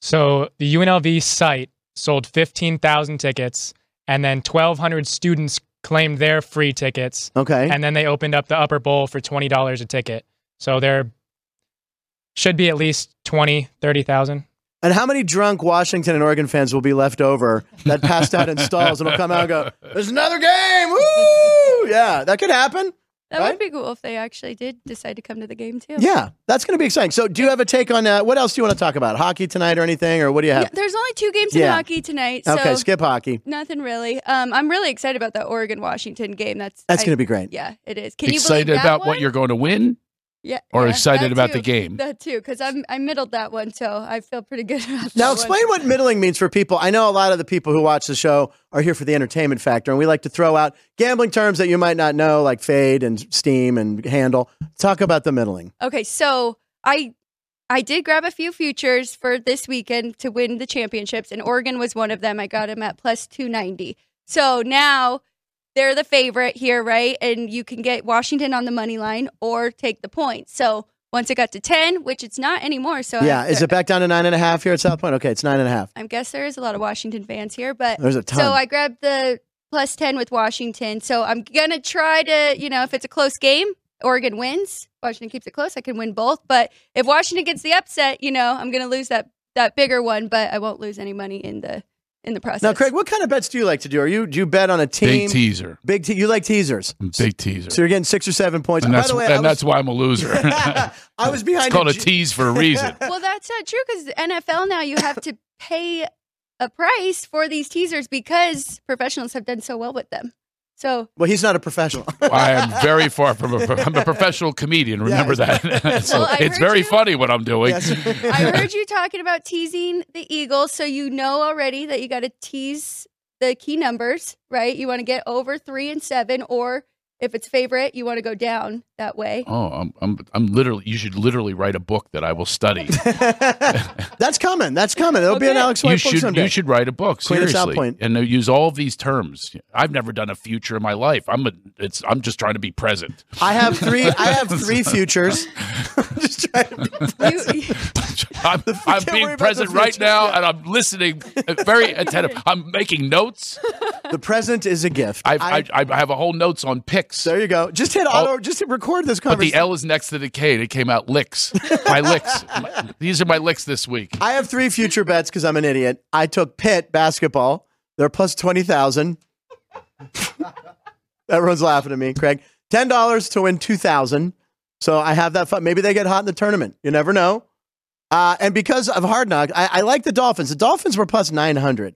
So the UNLV site sold 15,000 tickets, and then 1,200 students claimed their free tickets,
Okay.
and then they opened up the upper bowl for $20 a ticket. So there should be at least 20, 30,000.
And how many drunk Washington and Oregon fans will be left over that passed out in stalls and will come out and go, "There's another game!" Woo! Yeah, that could happen.
That
Right?
would be cool if they actually did decide to come to the game too.
Yeah, that's going to be exciting. So, do you have a take on uh, what else do you want to talk about? Hockey tonight or anything, or what do you
Yeah,
have?
there's only two games
Yeah.
in hockey tonight, so
okay, skip hockey.
nothing really. Um, I'm really excited about that Oregon Washington game. That's
That's
I-
going to be great.
yeah, it is. Can you
excited
believe that
about
one?
what you're going to win
yeah,
or
yeah,
excited
that
about
too.
the game?
That too, because I'm I middled that one, so I feel pretty good about that
Now,
one.
explain what middling means for people. I know a lot of the people who watch the show are here for the entertainment factor, and we like to throw out gambling terms that you might not know, like fade and steam and handle. Talk about the middling.
Okay, so I I did grab a few futures for this weekend to win the championships, and Oregon was one of them. I got him at plus two ninety. So now they're the favorite here, right? And you can get Washington on the money line or take the point. So once it got to ten, which it's not anymore, so I-
Yeah, is it back down to nine and a half here at South Point? Okay, it's nine and a half.
I guess there is a lot of Washington fans here, but
There's a ton.
so I grabbed the plus 10 with Washington. So I'm going to try to, you know, if it's a close game, Oregon wins. Washington keeps it close. I can win both. But if Washington gets the upset, you know, I'm going to lose that that bigger one, but I won't lose any money in the in the process.
Now, Craig, what kind of bets do you like to do? Are you do you bet on a team?
Big teaser.
Big T. You like teasers,
Big teaser.
so you're getting six or seven points.
and
By
that's,
the way,
and
I,
that's
was,
why I'm a loser. it's
I was behind.
called a
G-
tease for a reason.
well, that's not true because the NFL now you have to pay a price for these teasers because professionals have done so well with them. So
Well, he's not a professional.
I am very far from a, pro- I'm a professional comedian. Remember that. so
Well, I
it's
heard
very
you-
funny what I'm doing.
Yes.
I heard you talking about teasing the Eagles, so you know already that you got to tease the key numbers, right? You want to get over three and seven, or if it's favorite, you want to go down that way.
Oh, I'm, I'm, I'm literally, you should literally write a book that I will study.
that's coming. That's coming. It'll be an
Okay.
Alex White
you
book
should
someday.
you should write a book
Clear this out
seriously
point.
and use all these terms. I've never done a future in my life. I'm a, it's I'm just trying to be present.
Oh, I have three. I have three futures. I'm just trying to be-
You,
I'm, I'm
can't worry
being
about
present
the
right
future.
now,
Yeah.
and I'm listening, uh, very attentive. I'm making notes.
The present is a gift.
I've,
I-
I, I, I have a whole notes on picks.
there you go. Just hit auto. just hit record this
But the
conversation.
L is next to the K, and it came out licks. My licks. My- these are my licks this week.
I have three future bets because I'm an idiot. I took Pitt basketball. They're plus twenty thousand. Everyone's laughing at me, Craig. Ten dollars to win two thousand. So I have that fun. Maybe they get hot in the tournament. You never know. Uh, and because of hard knock, I, I like the Dolphins. The Dolphins were plus nine hundred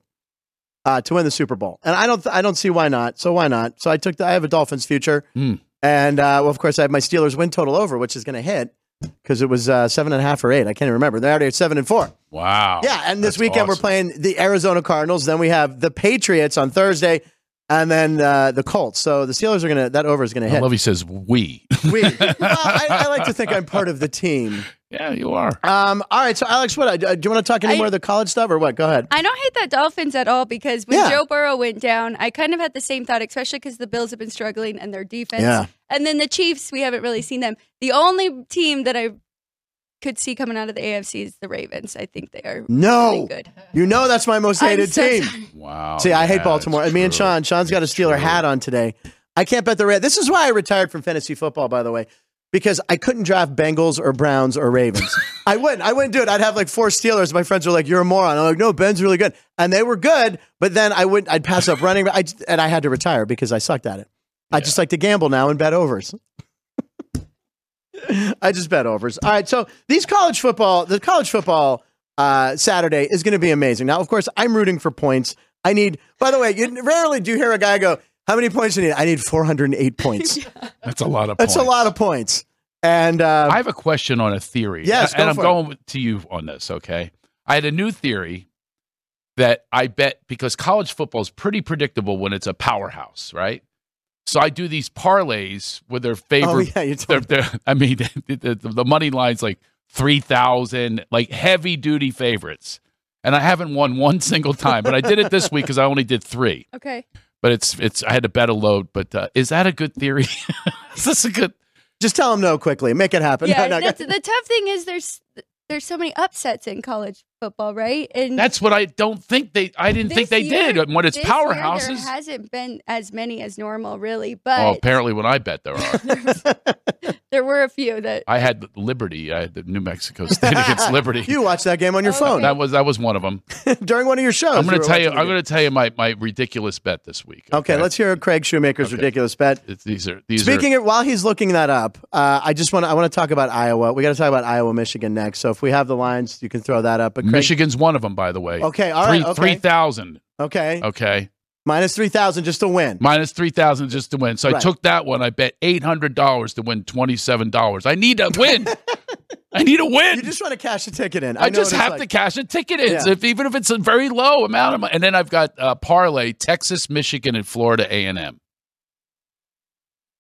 uh, to win the Super Bowl, and I don't, I don't see why not. So why not? So I took, the, I have a Dolphins future,
Hmm.
and uh, well, of course, I have my Steelers win total over, which is going to hit because it was uh, seven and a half or eight. I can't even remember. They're already at seven and four.
Wow.
Yeah, and this
That's
weekend we're
awesome.
playing the Arizona Cardinals. Then we have the Patriots on Thursday, and then uh, the Colts. So the Steelers are gonna that over is gonna
I
hit.
love he says we.
We, well, I, I like to think I'm part of the team.
yeah, you are.
Um, all right, so Alex, what uh, do you want to talk any
I-
more of the college stuff or what? Go ahead.
I don't hate that Dolphins at all because when
Yeah.
Joe Burrow went down, I kind of had the same thought, especially because the Bills have been struggling and their defense.
Yeah.
And then the Chiefs, we haven't really seen them. The only team that I could see coming out of the AFC is the Ravens. I think they are really
No,
good.
you know that's my most
I'm
hated
so
team.
sorry.
Wow.
See, I
yeah,
hate
it's
Baltimore. And me and
true.
Sean, Sean's got a
It's
Steeler
true.
hat on today. I can't bet the Ravens. This is why I retired from fantasy football, by the way, because I couldn't draft Bengals or Browns or Ravens. I wouldn't. I wouldn't do it. I'd have like four Steelers. My friends were like, "You're a moron." I'm like, "No, Ben's really good," and they were good. But then I wouldn't. I'd pass up running, I, just- and I had to retire because I sucked at it. I just like to gamble now and bet overs. I just bet overs. All right, so these college football, the college football uh, Saturday is going to be amazing. Now, of course, I'm rooting for points. I need. By the way, you rarely do hear a guy go, "How many points do you need?" I need 408 points.
That's a lot of
That's a
points.
lot of points. And uh,
I have a question on a theory.
Yes,
and
go
I'm
for it.
going to you on this. Okay, I had a new theory that I bet because college football is pretty predictable when it's a powerhouse, right? So I do these parlays with their
oh
favorite.
yeah, you
they're,
told
they're, I mean, the, the, the money line's like three thousand, like heavy duty favorites, and I haven't won one single time. But I did it this week because I only did three.
Okay.
But it's it's I had to bet a load. But uh, is that a good theory? is this a good?
Just tell him no quickly. Make it happen.
yeah.
No, no,
that's, the tough thing is there's there's so many upsets in college football, right? And
That's what I don't think they. I didn't think
this
they
year-
did. When it's
this year
powerhouses. Oh,
there hasn't been as many as normal, really. But
well, apparently, when I bet there are,
there were a few that
I had Liberty. I had the New Mexico State against Liberty.
you watch that game on
Oh,
your phone
that was that was one of them.
during one of your shows.
I'm going
were
to tell you.
watching the
I'm
game.
going to tell you my, my ridiculous bet this week.
Okay, let's hear Craig Shoemaker's
Okay.
ridiculous bet.
It's, these are these
Speaking of while he's looking that up, uh, I just want to I want to talk about Iowa. We got to talk about Iowa, Michigan next. So if we have the lines, you can throw that up. But Craig,
are Michigan's one of them, by the way.
Okay, all
three
right, okay.
three thousand.
okay,
Okay,
minus three thousand just to win.
minus three thousand just to win. So I
Right.
took that one. I bet eight hundred dollars to win twenty seven dollars. I need to win. I need to win.
You just want to cash a ticket in.
I,
know
just
what it's
have
like.
to cash a ticket in,
Yeah.
so if, even if it's a very low amount of money. And then I've got uh, parlay Texas, Michigan, and Florida A and M.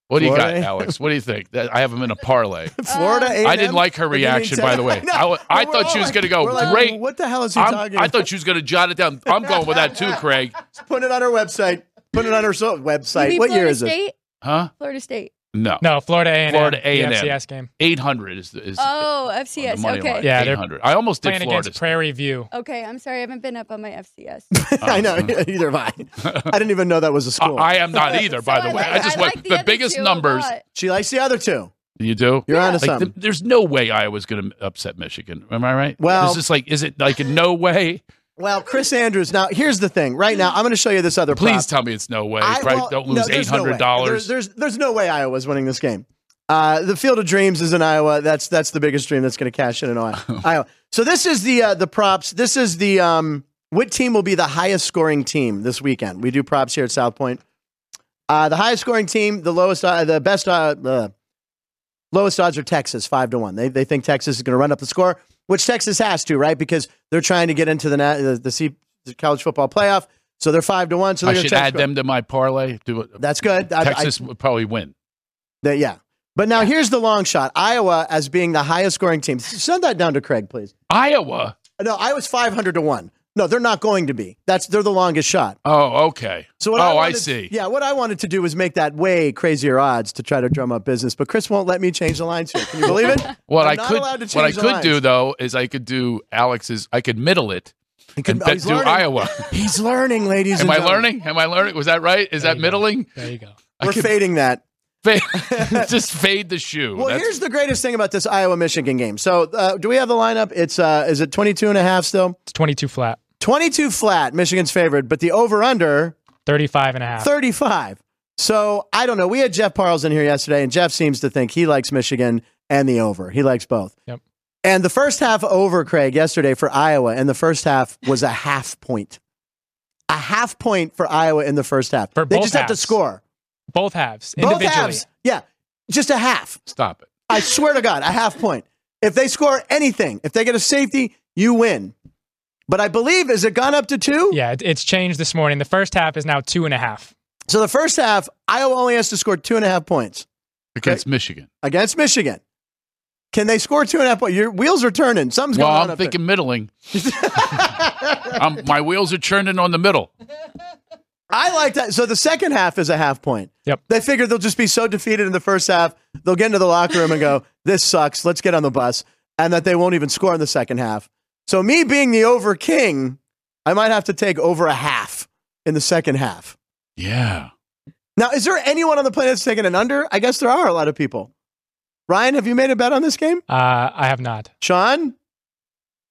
What do you got,
Florida?
Alex? What do you think? That- I have them in a parlay.
Florida.
Um,
A&M?
I didn't like her
What do you mean,
reaction,
Texas?
by the way.
know.
I, wa- I
We're
thought
all
she was
like-
going to go
we're like,
great.
What the hell is he
I'm-
talking?
I
about?
thought she was going to jot it down. I'm going with that too, Craig.
put it on her website. Put it on her so-
You
website.
mean
What year
Florida
is it?
State?
Huh?
Florida State.
No.
No, Florida A and
Florida A&M.
the FCS game
Eight hundred is the, is
Oh,
on the
FCS.
money
Okay.
line.
Yeah, they're
eight hundred. I almost did
playing
Florida.
against Prairie View.
Okay, I'm sorry, I haven't been up on my FCS.
I know. Neither have I. I didn't even know that was a
I,
school.
I am not either, by
So
the way.
like-
I just went
like
the,
other
biggest
two a
numbers.
lot.
she likes the other two.
You do?
You're onto
Like,
something.
th- there's no way Iowa's going to upset Michigan. Am I right?
Well-
it's just like, is it like a no way?
well, Chris Andrews. Now here's the thing. Right now, I'm going to show you this other. prop.
Please tell me it's no way.
I-
right?
well,
Don't
no,
lose eight
there's no way.
hundred dollars.
There- There's, there's no way Iowa's winning this game. Uh, the Field of Dreams is in Iowa. That's that's the biggest dream that's going to cash in in Iowa.
Oh.
Iowa. So this is the uh, the props. This is the um, what team will be the highest scoring team this weekend? We do props here at South Point. Uh, the highest scoring team, the lowest, uh, the best, uh, uh, lowest odds are Texas, five to one. They they think Texas is going to run up the score, which Texas has to, right? Because they're trying to get into the na- the, the, C- the college football playoff. So they're five to one. So
I
they're gonna
should
check
add
score.
them to my parlay. Do it.
That's good. I- I-
Texas would probably win.
that, yeah. But now here's the long shot. Iowa as being the highest scoring team. Send that down to Craig, please.
Iowa.
No, Iowa's 500 to 1. No, they're not going to be. That's they're the longest shot.
Oh, okay.
So what
oh, I,
wanted-
see.
Yeah, what I wanted to do was make that way crazier odds to try to drum up business, but Chris won't let me change the lines here. Can you believe it?
What
I'm
i
not
could
allowed to
what I
change the
could do
lines.
though is I could do Alex's. I could middle it
He could-
and
oh,
bet
he's
do
learning.
Iowa.
He's learning, ladies
Am
and
I
gentlemen.
learning? Am I learning? Was that right? Is
There
that
you go.
middling?
There you go.
I
We're
could
fading that.
fade, just fade the shoe.
Well,
That's-
here's the greatest thing about this Iowa Michigan game. So, uh, do we have the lineup? It's uh, is it 22 and a half still?
It's 22 flat,
22 flat, Michigan's favored, but the over under
35 and a half.
35. So, I don't know. We had Jeff Parles in here yesterday, and Jeff seems to think he likes Michigan and the over. He likes both.
Yep.
And the first half over, Craig, yesterday for Iowa, and the first half was a half point. A half point for Iowa in the first half.
For
they
both
just have to
halves.
score.
Both halves
Both
individually.
halves. Yeah. Just a half.
stop it.
I swear to God, a half point. If they score anything, if they get a safety, you win. But I believe, is it gone up to two?
Yeah, it, it's changed this morning. The first half is now two and a half.
So the first half, Iowa only has to score two and a half points
Against Michigan.
against Michigan. Can they score two and a half points? Your wheels are turning. Something's
Well,
going on.
I'm
up there.
thinking middling. I'm, my wheels are churning on the middle.
I like that. So the second half is a half point.
Yep.
They figure they'll just be so defeated in the first half, they'll get into the locker room and go, "This sucks. Let's get on the bus," and that they won't even score in the second half. So me being the over king, I might have to take over a half in the second half.
Yeah.
Now, is there anyone on the planet that's taking an under? I guess there are a lot of people. Ryan, have you made a bet on this game?
Uh, I have not.
Sean?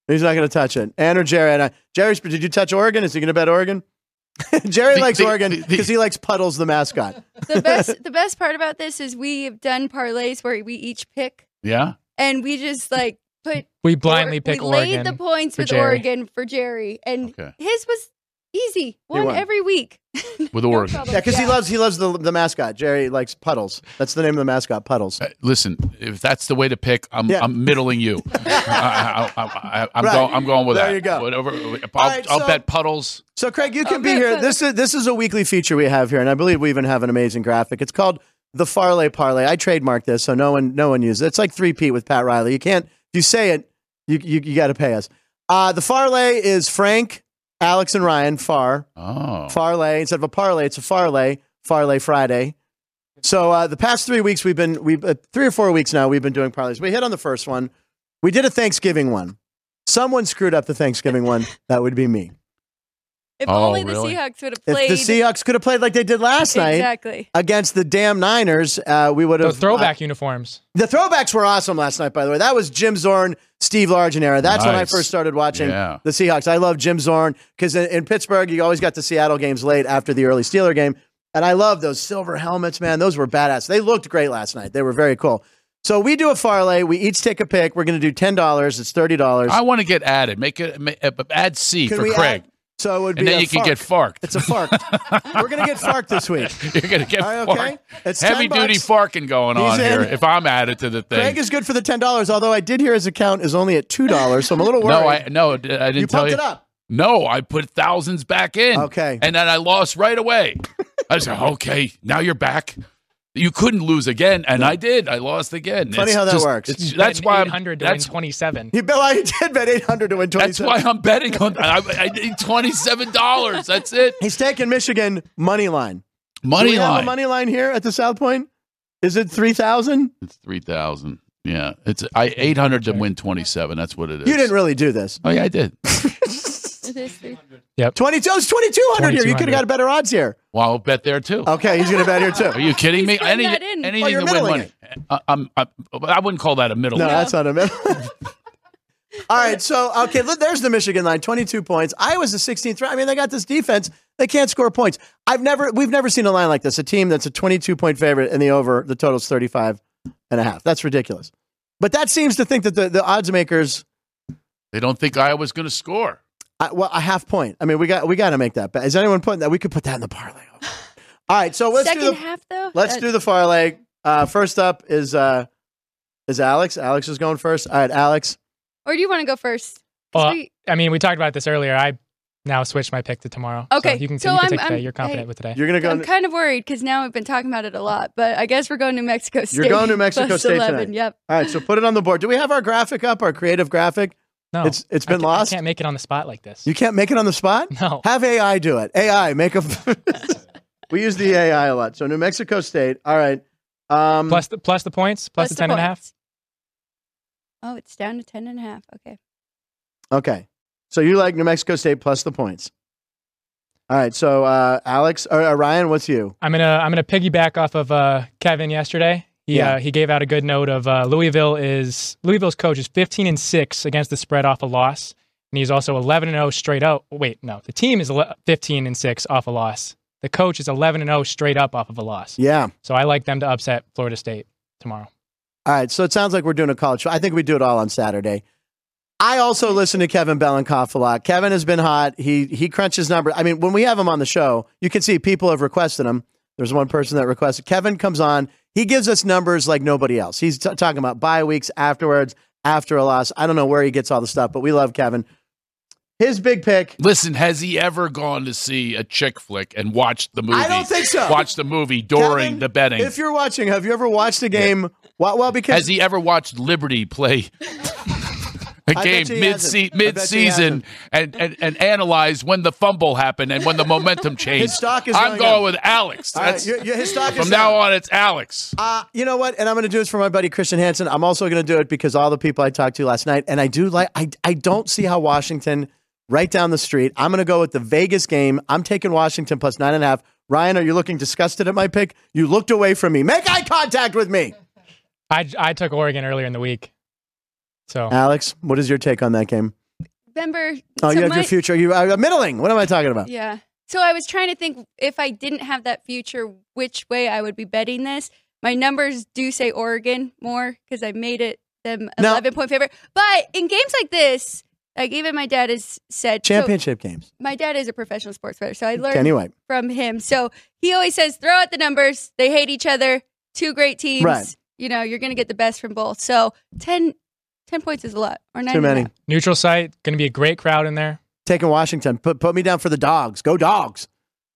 He's not going to touch it. And or Jerry and I. Jerry's, did you touch Oregon? Is he going to bet Oregon? Jerry
The-
likes
the-
Oregon
the- the-
because he likes Puddles, the mascot.
The best, the best part about this is we've done parlays where we each pick,
Yeah.
and we just like put
We blindly pick
we
Oregon.
laid the points
for
with
Jerry.
Oregon for Jerry, and
Okay.
his was easy. One
won.
every week.
With
No
Oregon.
trouble.
Yeah, because he loves he loves the the mascot. Jerry likes Puddles. That's the name of the mascot, Puddles.
Uh, Listen, if that's the way to pick, I'm,
Yeah.
I'm middling you. I, I, I, I, I'm,
Right.
going, I'm going with
There
that.
you go.
Whatever. I'll,
All right,
I'll
so-
bet puddles.
So, Craig, you can be
good,
here.
good.
This is this is a weekly feature we have here, and I believe we even have an amazing graphic. It's called the Farley Parlay. I trademarked this, so no one no one uses it. It's like three P with Pat Riley. You can't if you say it, you you, you got to pay us. Uh, the Farley is Frank, Alex, and Ryan. Far
Oh.
Farley instead of a parlay, it's a farley. Farley Friday. So uh, the past three weeks we've been we've uh, three or four weeks now we've been doing parlays. We hit on the first one. We did a Thanksgiving one. Someone screwed up the Thanksgiving one. That would be me.
If
Oh,
only
really?
the Seahawks would have
If
played
the Seahawks could have played like they did last night
exactly.
against the damn Niners, uh, we would have
Those throwback uniforms.
the throwbacks were awesome last night, by the way. That was Jim Zorn, Steve Largent era. That's when I
Nice.
first started watching
Yeah.
the Seahawks. I love Jim Zorn because in, in Pittsburgh, you always got the Seattle games late after the early Steeler game. And I love those silver helmets, man. Those were badass. They looked great last night. They were very cool. So we do a farley. We each take a pick. We're going to do $10. It's $30.
I want to get added. Make it ma- uh, add C
Can
for
we
Craig,
add- so it would
and
be
then
a
you can get
fark.
farked.
It's a fark. we're going to get farked this week.
You're gonna get
All right, okay?
farked.
It's
Heavy
10
duty
bucks.
farking going
He's
on here.
in.
If I'm added to the thing,
Craig is good for the $10, although I did hear his account is only at $2, so I'm a little worried.
no, I no, I didn't
you
tell
pumped
you.
it up.
No, I put thousands back in.
Okay.
And then I lost right away. I was like, okay, now you're back. You couldn't lose again, and I did. I lost again.
Funny how that works.
it's- that's why I'm.
100 to
That's,
win 27.
He bet well, he did bet eight hundred to win twenty.
that's why I'm betting on. I, I need twenty seven dollars. That's it.
he's taking Michigan money line. Do
Money
we have
line.
a money line here at the South Point. Is it three thousand?
It's three thousand. Yeah, it's I eight hundred to win twenty seven. That's what it is.
You didn't really do this.
Oh yeah, I did.
It is three-
Twenty. Oh, it's twenty two hundred here. You could have
2200.
got better odds here.
Well, I'll bet there too.
Okay, he's gonna bet here too.
Are you kidding me?
He's putting that in.
anything
Well, you're
to win
middling
money. I, I'm, I, I wouldn't call that a middle.
No, that's not a middle. All right, so okay, look, there's the Michigan line, 22 points. Iowa's the 16th. round. I mean, they got this defense; they can't score points. I've never, we've never seen a line like this. A team that's a 22 point favorite and the over, the total's 35 and a half. That's ridiculous. But that seems to think that the, the odds makers,
They don't think Iowa's going to score.
I, well, a half point. I mean, we got we got to make that. bet. Is anyone putting that? We could put that in the parlay. All right, so Oh, let's
Second
do the
half though.
let's do the far leg. Uh, first up is uh, is Alex. Alex is going first. All right, Alex.
Or do you want to go first? 'Cause
Well,
we-
I mean, we talked about this earlier. I now switch my pick to tomorrow.
Okay,
So you can,
so
you can
I'm-
take today.
I'm-
You're confident
hey.
with today.
You're gonna go.
I'm kind of worried because now we've been talking about it a lot, but I guess we're going to New Mexico State.
going to Mexico
Plus
State
11,
tonight.
Yep.
All right, so put it on the board. Do we have our graphic up, our creative graphic?
No,
It's- it's
I
been
ca-
lost?
I can't make it on the spot like this.
You can't make it on the spot?
no,
Have AI do it. AI, make a. we use the AI a lot. So New Mexico State. All right. Um,
plus the plus the points, plus, plus the ten and a half.
points. Oh, it's down to ten and a half. Okay.
Okay. So you like New Mexico State plus the points. All right. So uh, Alex or uh, Ryan, what's you?
I'm gonna I'm gonna piggyback off of uh, Kevin yesterday. He
Yeah.
uh, he gave out a good note of uh, Louisville is Louisville's coach is 15 and six against the spread off a loss, and he's also 11 and 0 straight out. Wait, no, the team is ele- 15 and six off a loss. The coach is 11 and 0 straight up off of a loss.
Yeah.
So I like them to upset Florida State tomorrow.
All right. So it sounds like we're doing a college. I think we do it all on Saturday. I also listen to Kevin Belenkoff a lot. Kevin has been hot. He he crunches numbers. I mean, when we have him on the show, you can see people have requested him. There's one person that requested. Kevin comes on. He gives us numbers like nobody else. He's t- talking about bye weeks afterwards, after a loss. I don't know where he gets all the stuff, but we love Kevin. His big pick.
Listen, has he ever gone to see a chick flick and watched the movie?
I don't think so.
Watched the movie during
Kevin,
the betting.
If you're watching, have you ever watched a game? Well, well, because
Has he ever watched Liberty play a
bet
game
you he
mid
hasn't. I bet you he
season and, and, and analyze when the fumble happened and when the momentum changed?
stock is
I'm
going
going
up.
with Alex.
All right,
That's-
your- your- his stock
from
is
now
down.
on, it's Alex.
Uh, you know what? And I'm going to do this for my buddy Christian Hansen. I'm also going to do it because all the people I talked to last night, and I do like, I, I don't see how Washington, right down the street, I'm going to go with the Vegas game. I'm taking Washington plus nine and a half. Ryan, are you looking disgusted at my pick? You looked away from me. Make eye contact with me.
I I took Oregon earlier in the week, so
Alex, what is your take on that game?
Remember?
Oh,
so
you have
my-
your future. You uh, middling. What am I talking about?
Yeah. So I was trying to think if I didn't have that future, which way I would be betting this. My numbers do say Oregon more because I made it them
Now-
eleven point favorite. But in games like this, like even my dad has said, so
Championship games.
my dad is a professional sports better, so I learned
Kenny White.
from him. So he always says, throw out the numbers. They hate each other. Two great teams.
Right.
You know, you're going to get the best from both. So 10, 10 points is a lot, or nine.
Too
and a
many.
half.
neutral site going to be a great crowd in there.
Taking Washington. Put, put me down for the dogs. Go dogs.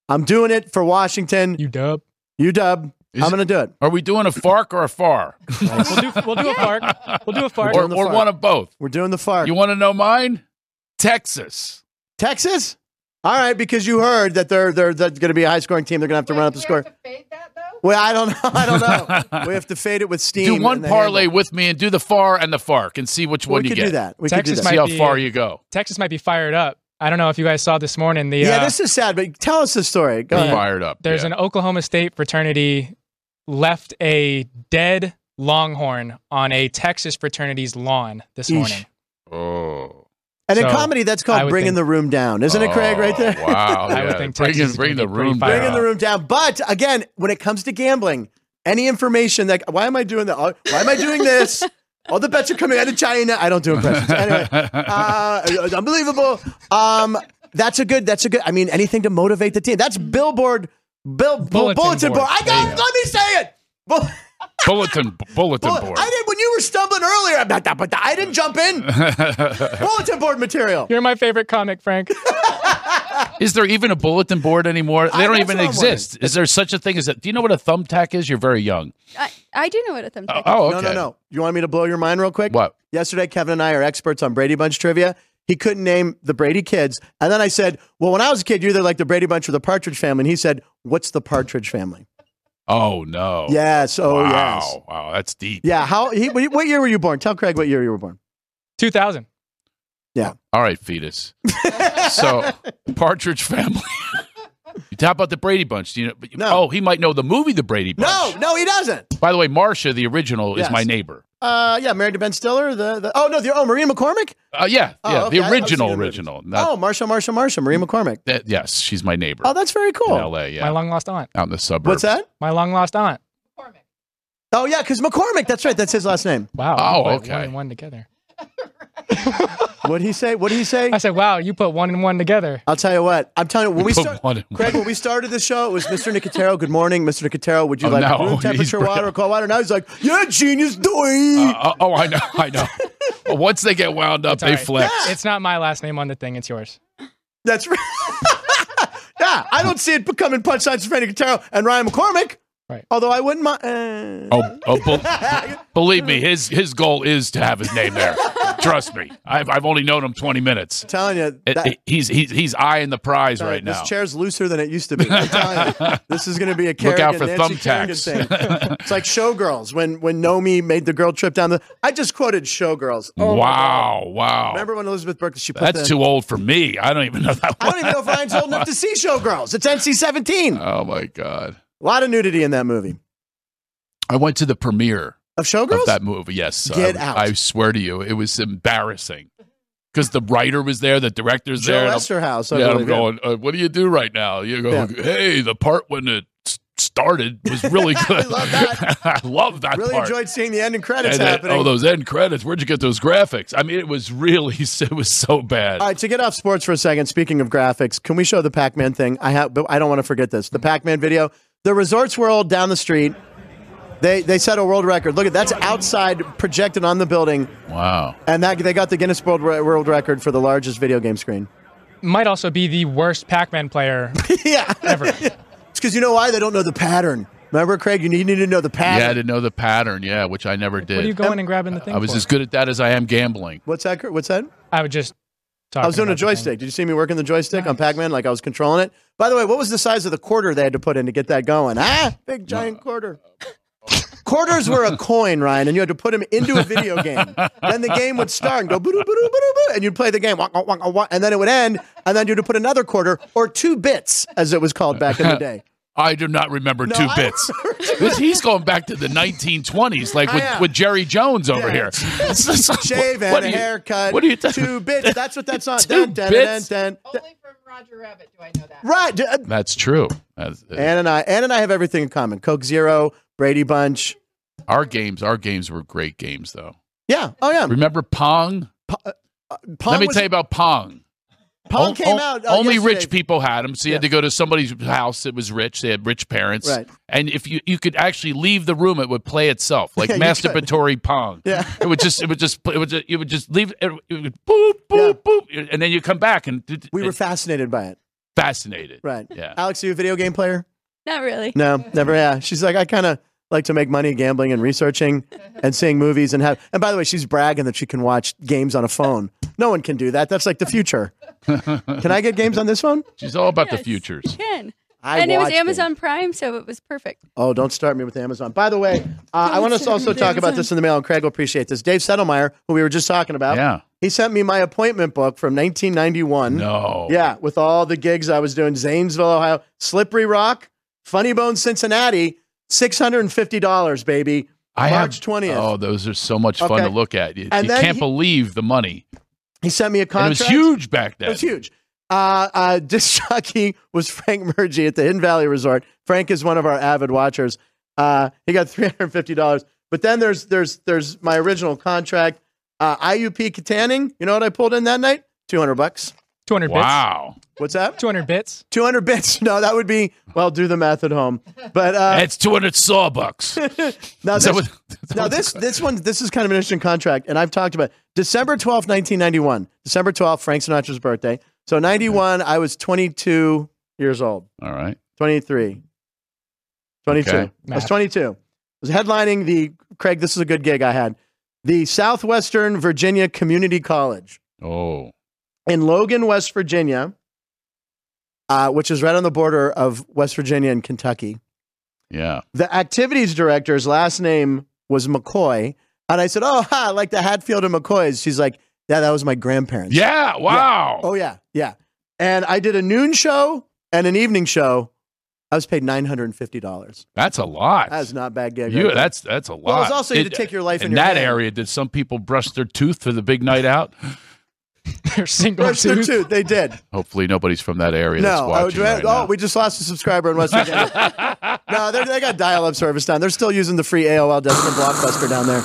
I'm doing it for Washington.
You dub.
You dub.
Is
I'm
it-
going to do it.
Are we doing a FARC or a FAR?
We'll do we'll do a fark. We'll do a fark.
or
doing the
or
FARC.
one of both?
We're doing the far.
You want to know mine? Texas.
Texas? All right, because you heard that they're they're, they're going to be a high scoring team. They're going to have to run up the score. Well, I don't know. I don't know. we have to fade it with steam.
Do one
and the
parlay
handle.
with me and do the FAR and the FARC and see which
We
one you
could
get.
do that. We
Texas
could do that.
See
Might
how
be-
far you go.
Texas might be fired up. I don't know if you guys saw this morning. The
yeah,
uh,
this is sad, but tell us the story. Go
Yeah.
ahead.
Fired up.
there's
yeah.
an Oklahoma State fraternity left a dead Longhorn on a Texas fraternity's lawn this
Eesh.
morning.
Oh.
And in
So,
comedy, that's
I
called
would
bringing
think-
the room down, isn't it, Craig? Right there.
Oh, Wow.
I would
yeah.
think
Bring
Texas
in-
is
bring
gonna
the
be pretty
room
fired
down.
Bringing the room down. But again, when it comes to gambling, any information that why am I doing that? Why am I doing this? All the bets are coming out of China. I don't do impressions. Anyway, uh, it's unbelievable. Um, that's a good. That's a good. I mean, anything to motivate the team. That's billboard, bill, bulletin,
Bulletin
board.
board.
I
There
got.
you
Let me say it. Bull-
bulletin bulletin
bull-
board.
I did when you were stumbling earlier. I'm not that, but I didn't jump in. bulletin board material.
You're my favorite comic, Frank.
Is there even a bulletin board anymore? They
I-
don't
that's
even
what I'm
exist. Is there such a thing as that? Do you know what a thumbtack is? You're very young.
I, I do know what a thumbtack
Oh,
is.
oh,
No,
okay.
no, no. You want me to blow your mind real quick?
What?
Yesterday, Kevin and I are experts on Brady Bunch trivia. He couldn't name the Brady kids. And then I said, Well, when I was a kid, you're either like the Brady Bunch or the Partridge family. And he said, What's the Partridge family?
Oh no.
Yes. Oh,
wow.
yes.
Wow. That's deep.
Yeah. How, he, what what year were you born? Tell Craig what year you were born.
2000.
All right, fetus. so, Partridge Family. you talk about the Brady Bunch. Do you know? but you-
No.
Oh, he might know the movie The Brady Bunch.
No, no, he doesn't.
By the way, Marcia, the original,
Yes.
is my neighbor.
Uh, yeah, married to Ben Stiller. The, the oh no, the oh Maria McCormick.
Uh, yeah,
Oh,
yeah,
okay. I-
the
I've seen
original,
the movies.
original. Not,
oh, Marsha, Marsha, Marsha, Maria McCormick.
that- yes, she's my neighbor
Oh, that's very cool.
in L.A. Yeah,
My long lost aunt.
out in the suburbs.
What's that?
My long lost aunt.
Oh yeah, because McCormick. That's right. That's his last name.
Wow.
Oh,
you put
okay.
One and one together.
What did he say? What did he say?
I said, wow, you put one and one together.
I'll tell you what. I'm telling you when we,
put
start,
one in
Craig. When we started the show, it was Mr. Nicotero. Good morning, Mr. Nicotero. Would you
Oh,
like
no.
room
He's
temperature
br-
water or cold water? Now he's like, yeah, genius, doy.
Uh, oh, I know, I know. Well, Once they get wound up,
all
they
right.
flex.
It's not my last name on the thing. It's yours.
That's right. yeah, I don't see it becoming punchlines for Nicotero and Ryan McCormick.
Right.
Although I wouldn't mind. Uh,
Oh, oh bel- believe me, his his goal is to have his name there. Trust me. I've, I've only known him 20 minutes.
telling you,
It-
that,
it- he's, he's, he's eyeing the prize
sorry,
right
this
now.
chair's looser than it used to be. I'm telling you, this is going to be a
Look
Kerrigan,
out for
Nancy Kerrigan thing.
thumbtacks.
It's like Showgirls when when Nomi made the girl trip down the. I just quoted Showgirls. Oh, my God.
wow, wow.
Remember when Elizabeth Berkley she put
That's
the-
too old for me. I don't even know that
I
one.
don't even know if Ryan's old enough to see Showgirls. It's NC-17. A
Oh, my God.
lot of nudity in that movie
I went to the premiere
of Showgirls.
of that movie. Yes,
Get
I,
out.
I swear to you, it was embarrassing because the writer was there, the director's
Joe
there. and I'm-
Esterhaus. I
yeah, and I'm
believe, yeah.
going. Uh, what do you do right now? You go.
Yeah.
Hey, the part when it s- started was really good.
I love that.
I love that
Really
part.
enjoyed seeing the ending credits
and then,
happening.
oh, those end credits. Where'd you get those graphics? I mean, it was really. It was so bad.
All right, to get off sports for a second, speaking of graphics, can we show the Pac Man thing? I have, but I don't want to forget this. The Pac Man video, the Resorts World down the street, they they set a world record. Look at that's outside projected on the building,
wow.
and that they got the Guinness World Re- World Record for the largest video game screen.
Might also be the worst Pac-Man player
yeah,
ever.
it's because you know why they don't know the pattern. Remember, Craig, you need, you need to know the
Yeah, I
pattern.
didn't know the pattern. Yeah, which I never did.
What are you going and grabbing the thing?
I was
for?
as good at that as I am gambling.
What's that? Cr- What's that?
I would just.
I was doing a
about the thing.
joystick. Did you see me working the joystick on Pac Man? Like I was controlling it. By the way, what was the size of the quarter they had to put in to get that going? Ah, big giant quarter. Quarters were a coin, Ryan, and you had to put them into a video game. then the game would start and go boo doo boo doo boo doo, and you'd play the game, wah, wah, wah, wah, and then it would end, and then you'd put another quarter or two bits, as it was called back in the day.
I do not remember two
I
bits. This- He's going back to the 1920s, like
I am.
with, with Jerry Jones over
Oh, Yeah.
here. It's just like,
Shave and
what
a
are you-
haircut.
What are you talking?
two bits? That's what that's on.
Two
dun, dun,
bits?
Dun, dun, dun.
Only from Roger Rabbit do I know that.
Right. uh,
That's true. That's- uh,
Ann and I, Ann and I have everything in common. Coke Zero, Brady Bunch.
our games, our games were great games, though.
Yeah. Oh yeah.
Remember Pong?
Pong
Let me
was-
tell you about Pong.
Pong
O-
came
o-
out. uh,
only
yesterday.
rich people had them, so you had to go to somebody's house that was rich. They had rich parents,
Right.
and if you you could actually leave the room, it would play itself like
Yeah, you could.
masturbatory Pong.
Yeah.
it would just it would just it would just, you would just leave it, it would boop boop boop, and then you come back and d- d-
We were
it's
fascinated by it.
fascinated.
Right. Uh,
Yeah.
Alex, you a video game player?
Not really.
No, never. Yeah. She's like, I kind of like to make money gambling and researching and seeing movies and have. And by the way, she's bragging that she can watch games on a phone. No one can do that. That's like the future. Can I get games on this phone?
She's all about the
Yes.
futures.
Can.
I
and it was
watched
Amazon Prime, so it was perfect.
Oh, don't start me with Amazon. By the way, uh, I want us to also talk about this in the mail, and Craig will appreciate this. Dave Settlemeyer, who we were just talking about,
Yeah.
he sent me my appointment book from 1991.
No.
Yeah, with all the gigs I was doing, Zanesville, Ohio, Slippery Rock, Funny Bone, Cincinnati, six hundred and fifty dollars, baby.
I have-
March 20th.
Oh, those are so much fun
Okay.
to look at. You,
And
you
then
can't
he-
believe the money.
He sent me a
And it was
contract.
huge back then.
It was huge. Uh, uh, disc jockey was Frank Murgy at the Hidden Valley Resort. Frank is one of our avid watchers. Uh, he got three hundred fifty dollars. But then there's there's there's my original contract. Uh, IUP Katanning. You know what I pulled in that night? Two hundred bucks.
200
Wow.
What's that?
bits. 200 bits.
Two hundred bits. No, that would be well. Do the math at home. But uh,
That's 200 sawbucks. Is
now this-
that what-
Now this this one this is kind of an interesting contract, and I've talked about it. December twelfth, nineteen ninety one. December twelfth, Frank Sinatra's birthday. So ninety one, I was twenty two years old,
All right.
23, 22.
Okay.
I was
Math.
twenty two. I was headlining the Craig. This is a good gig I had. The Southwestern Virginia Community College
Oh.
in Logan, West Virginia, uh, which is right on the border of West Virginia and Kentucky
Yeah.
the activities director's last name was McCoy. And I said, Oh, ha, like the Hatfield and McCoys. She's like, Yeah, that was my grandparents.
Yeah. Wow.
Oh, yeah. Yeah. And I did a noon show and an evening show. I was paid $950.
That's a lot.
That's not bad gig.
You-
right there.
that's that's a lot.
Well, it's also you had to take your life in
in
your
that
hand.
area. Did some people brush their tooth for the big night out?
They're single
Brush their
tooth.
tooth. They did.
Hopefully, nobody's from that area. that's
No, I would
watching
dra-
right
oh,
now.
we just lost a subscriber in West Virginia. no, they're- they got dial-up service down. They're still using the free AOL desk from Blockbuster down there.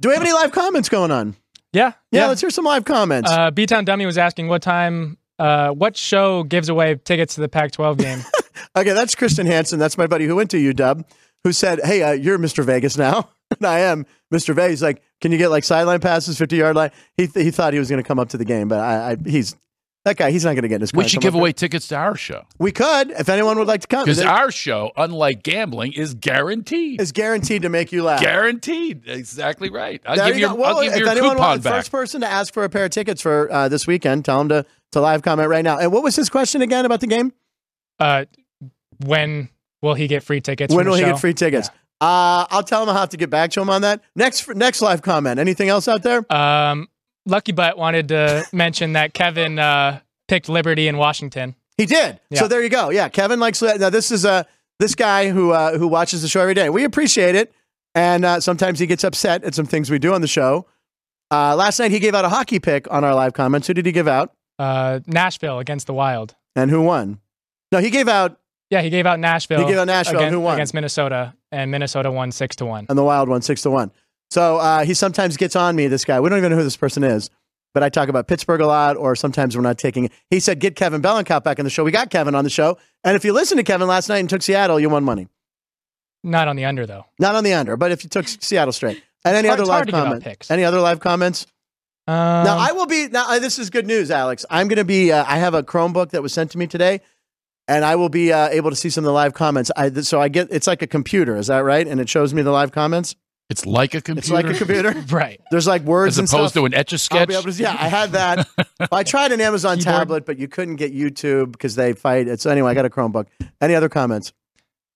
Do we have any live comments going on?
Yeah.
Yeah, let's hear some live comments.
Uh, B Town Dummy was asking what time, uh, what show gives away tickets to the Pac 12 game?
Okay, that's Kristen Hansen. That's my buddy who went to UW, who said, "Hey, uh, you're Mr. Vegas now." And I am Mr. Vegas. He's like, "Can you get like sideline passes, 50 yard line?" He th- he thought he was going to come up to the game, but I, I he's That guy, he's not going to get in his car.
We should
Someone
give
could-
away tickets to our show
We could, if anyone would like to come.
because
Is
our show, unlike gambling, is guaranteed.
is guaranteed to make you laugh.
guaranteed. Exactly right. I'll
There
give
you
you.
go. Well,
I'll give
if
you your
anyone
coupon
wants,
back.
first person to ask for a pair of tickets for uh, this weekend, tell him to, to live comment right now. And what was his question again about the game?
Uh, when will he get free tickets?
when
from
will
the
he
show?
get free tickets? Uh, I'll tell him I'll have to get back to him on that. Next, next live comment. Anything else out there?
Um, Lucky Butt wanted to mention that Kevin uh, picked Liberty in Washington.
He did.
Yeah.
So there you go. Yeah, Kevin likes now. This is uh, this guy who uh, who watches the show every day. We appreciate it, and uh, sometimes he gets upset at some things we do on the show. Uh, last night he gave out a hockey pick on our live comments. Who did he give out,
Uh, Nashville against the Wild.
and who won? No, he gave out
Yeah, he gave out Nashville.
He gave out Nashville,
against,
who won?
against Minnesota, and Minnesota won six to one.
and the wild one six to one. So uh, he sometimes gets on me. This guy. We don't even know who this person is, but I talk about Pittsburgh a lot, or sometimes we're not taking. it. He said, "Get Kevin Bellencamp back on the show." We got Kevin on the show, and if you listened to Kevin last night and took Seattle, you won money.
Not on the under though.
Not on the under, but if you took Seattle straight. And any
hard-
other
it's
live
hard to give out
comments?
picks.
Any other live comments?
Um,
now I will be. Now uh, this is good news, Alex. I'm going to be. Uh, I have a Chromebook that was sent to me today, and I will be uh, able to see some of the live comments. I, th- so I get. It's like a computer. Is that right? And it shows me the live comments.
it's like a computer.
It's like a computer.
right.
There's like words
as
and
opposed
stuff.
to an etch a
I'll
sketch.
be able to, yeah, I had that. I tried an Amazon
Keyboard.
tablet, but you couldn't get YouTube because they fight. It's anyway. I got a Chromebook. Any other comments?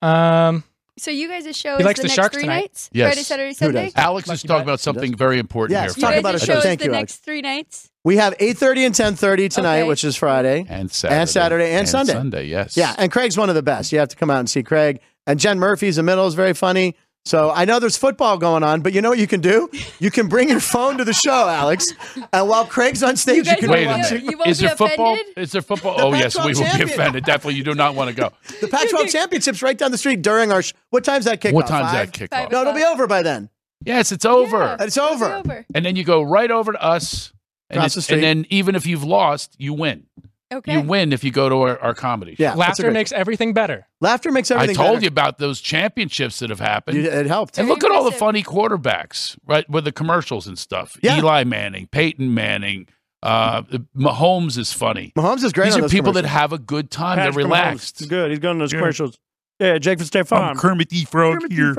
Um,
So you guys' show
He
is
likes
the
the
next
Sharks
three
tonight.
nights?
Yes.
Friday, Saturday,
Who does?
Sunday?
Alex
Lucky
is talking
Butt.
about something very important
Yes,
here,
talk
you
about
guys'
it,
show
Alex.
is
Thank
the
you, Alex.
next three nights?
We have 8:30 and 10:30 tonight,
Okay.
which is Friday.
and Saturday,
Saturday and Sunday.
Sunday, yes,
Yeah, and Craig's one of the best. You have to come out and see Craig. And Jen Murphy's in the middle is very funny. So I know there's football going on, but you know what you can do? You can bring your phone to the show, Alex. And while Craig's on stage, you,
guys
can
will
Wait
be
a
won't-
watching
minute.
you won't
is
be
there football?
offended?
Is there football? Oh yes, we
Pac-12
will
champion.
be offended. Definitely, you do not want to go.
the Pac-12 championships right down the street during our. Sh- what time's that kickoff?
what time's
Five?
that kickoff?
Five.
No, it'll be over by then.
Yes, it's over.
Yeah,
It's
it'll be
over.
And then you go right over to us. And,
Across
it's-
the street.
and then even if you've lost, you win.
Okay.
You win if you go to our, our comedy. show.
Yeah, that's a
laughter
great-
makes everything better.
laughter makes
I
everything.
told
better.
you about those championships that have happened.
You- It helped.
and
Very
look at all the
impressive.
funny quarterbacks, right? With the commercials and stuff.
Yeah.
Eli Manning, Peyton Manning, uh, Mahomes is funny.
Mahomes is great.
These
on
are
those
people that
commercials.
have a good time.
Patrick
They're
Mahomes.
relaxed.
He's good. He's going to those
Yeah.
commercials. Yeah, Jake from State Farm.
Kermit the Frog
Frog here.
Your,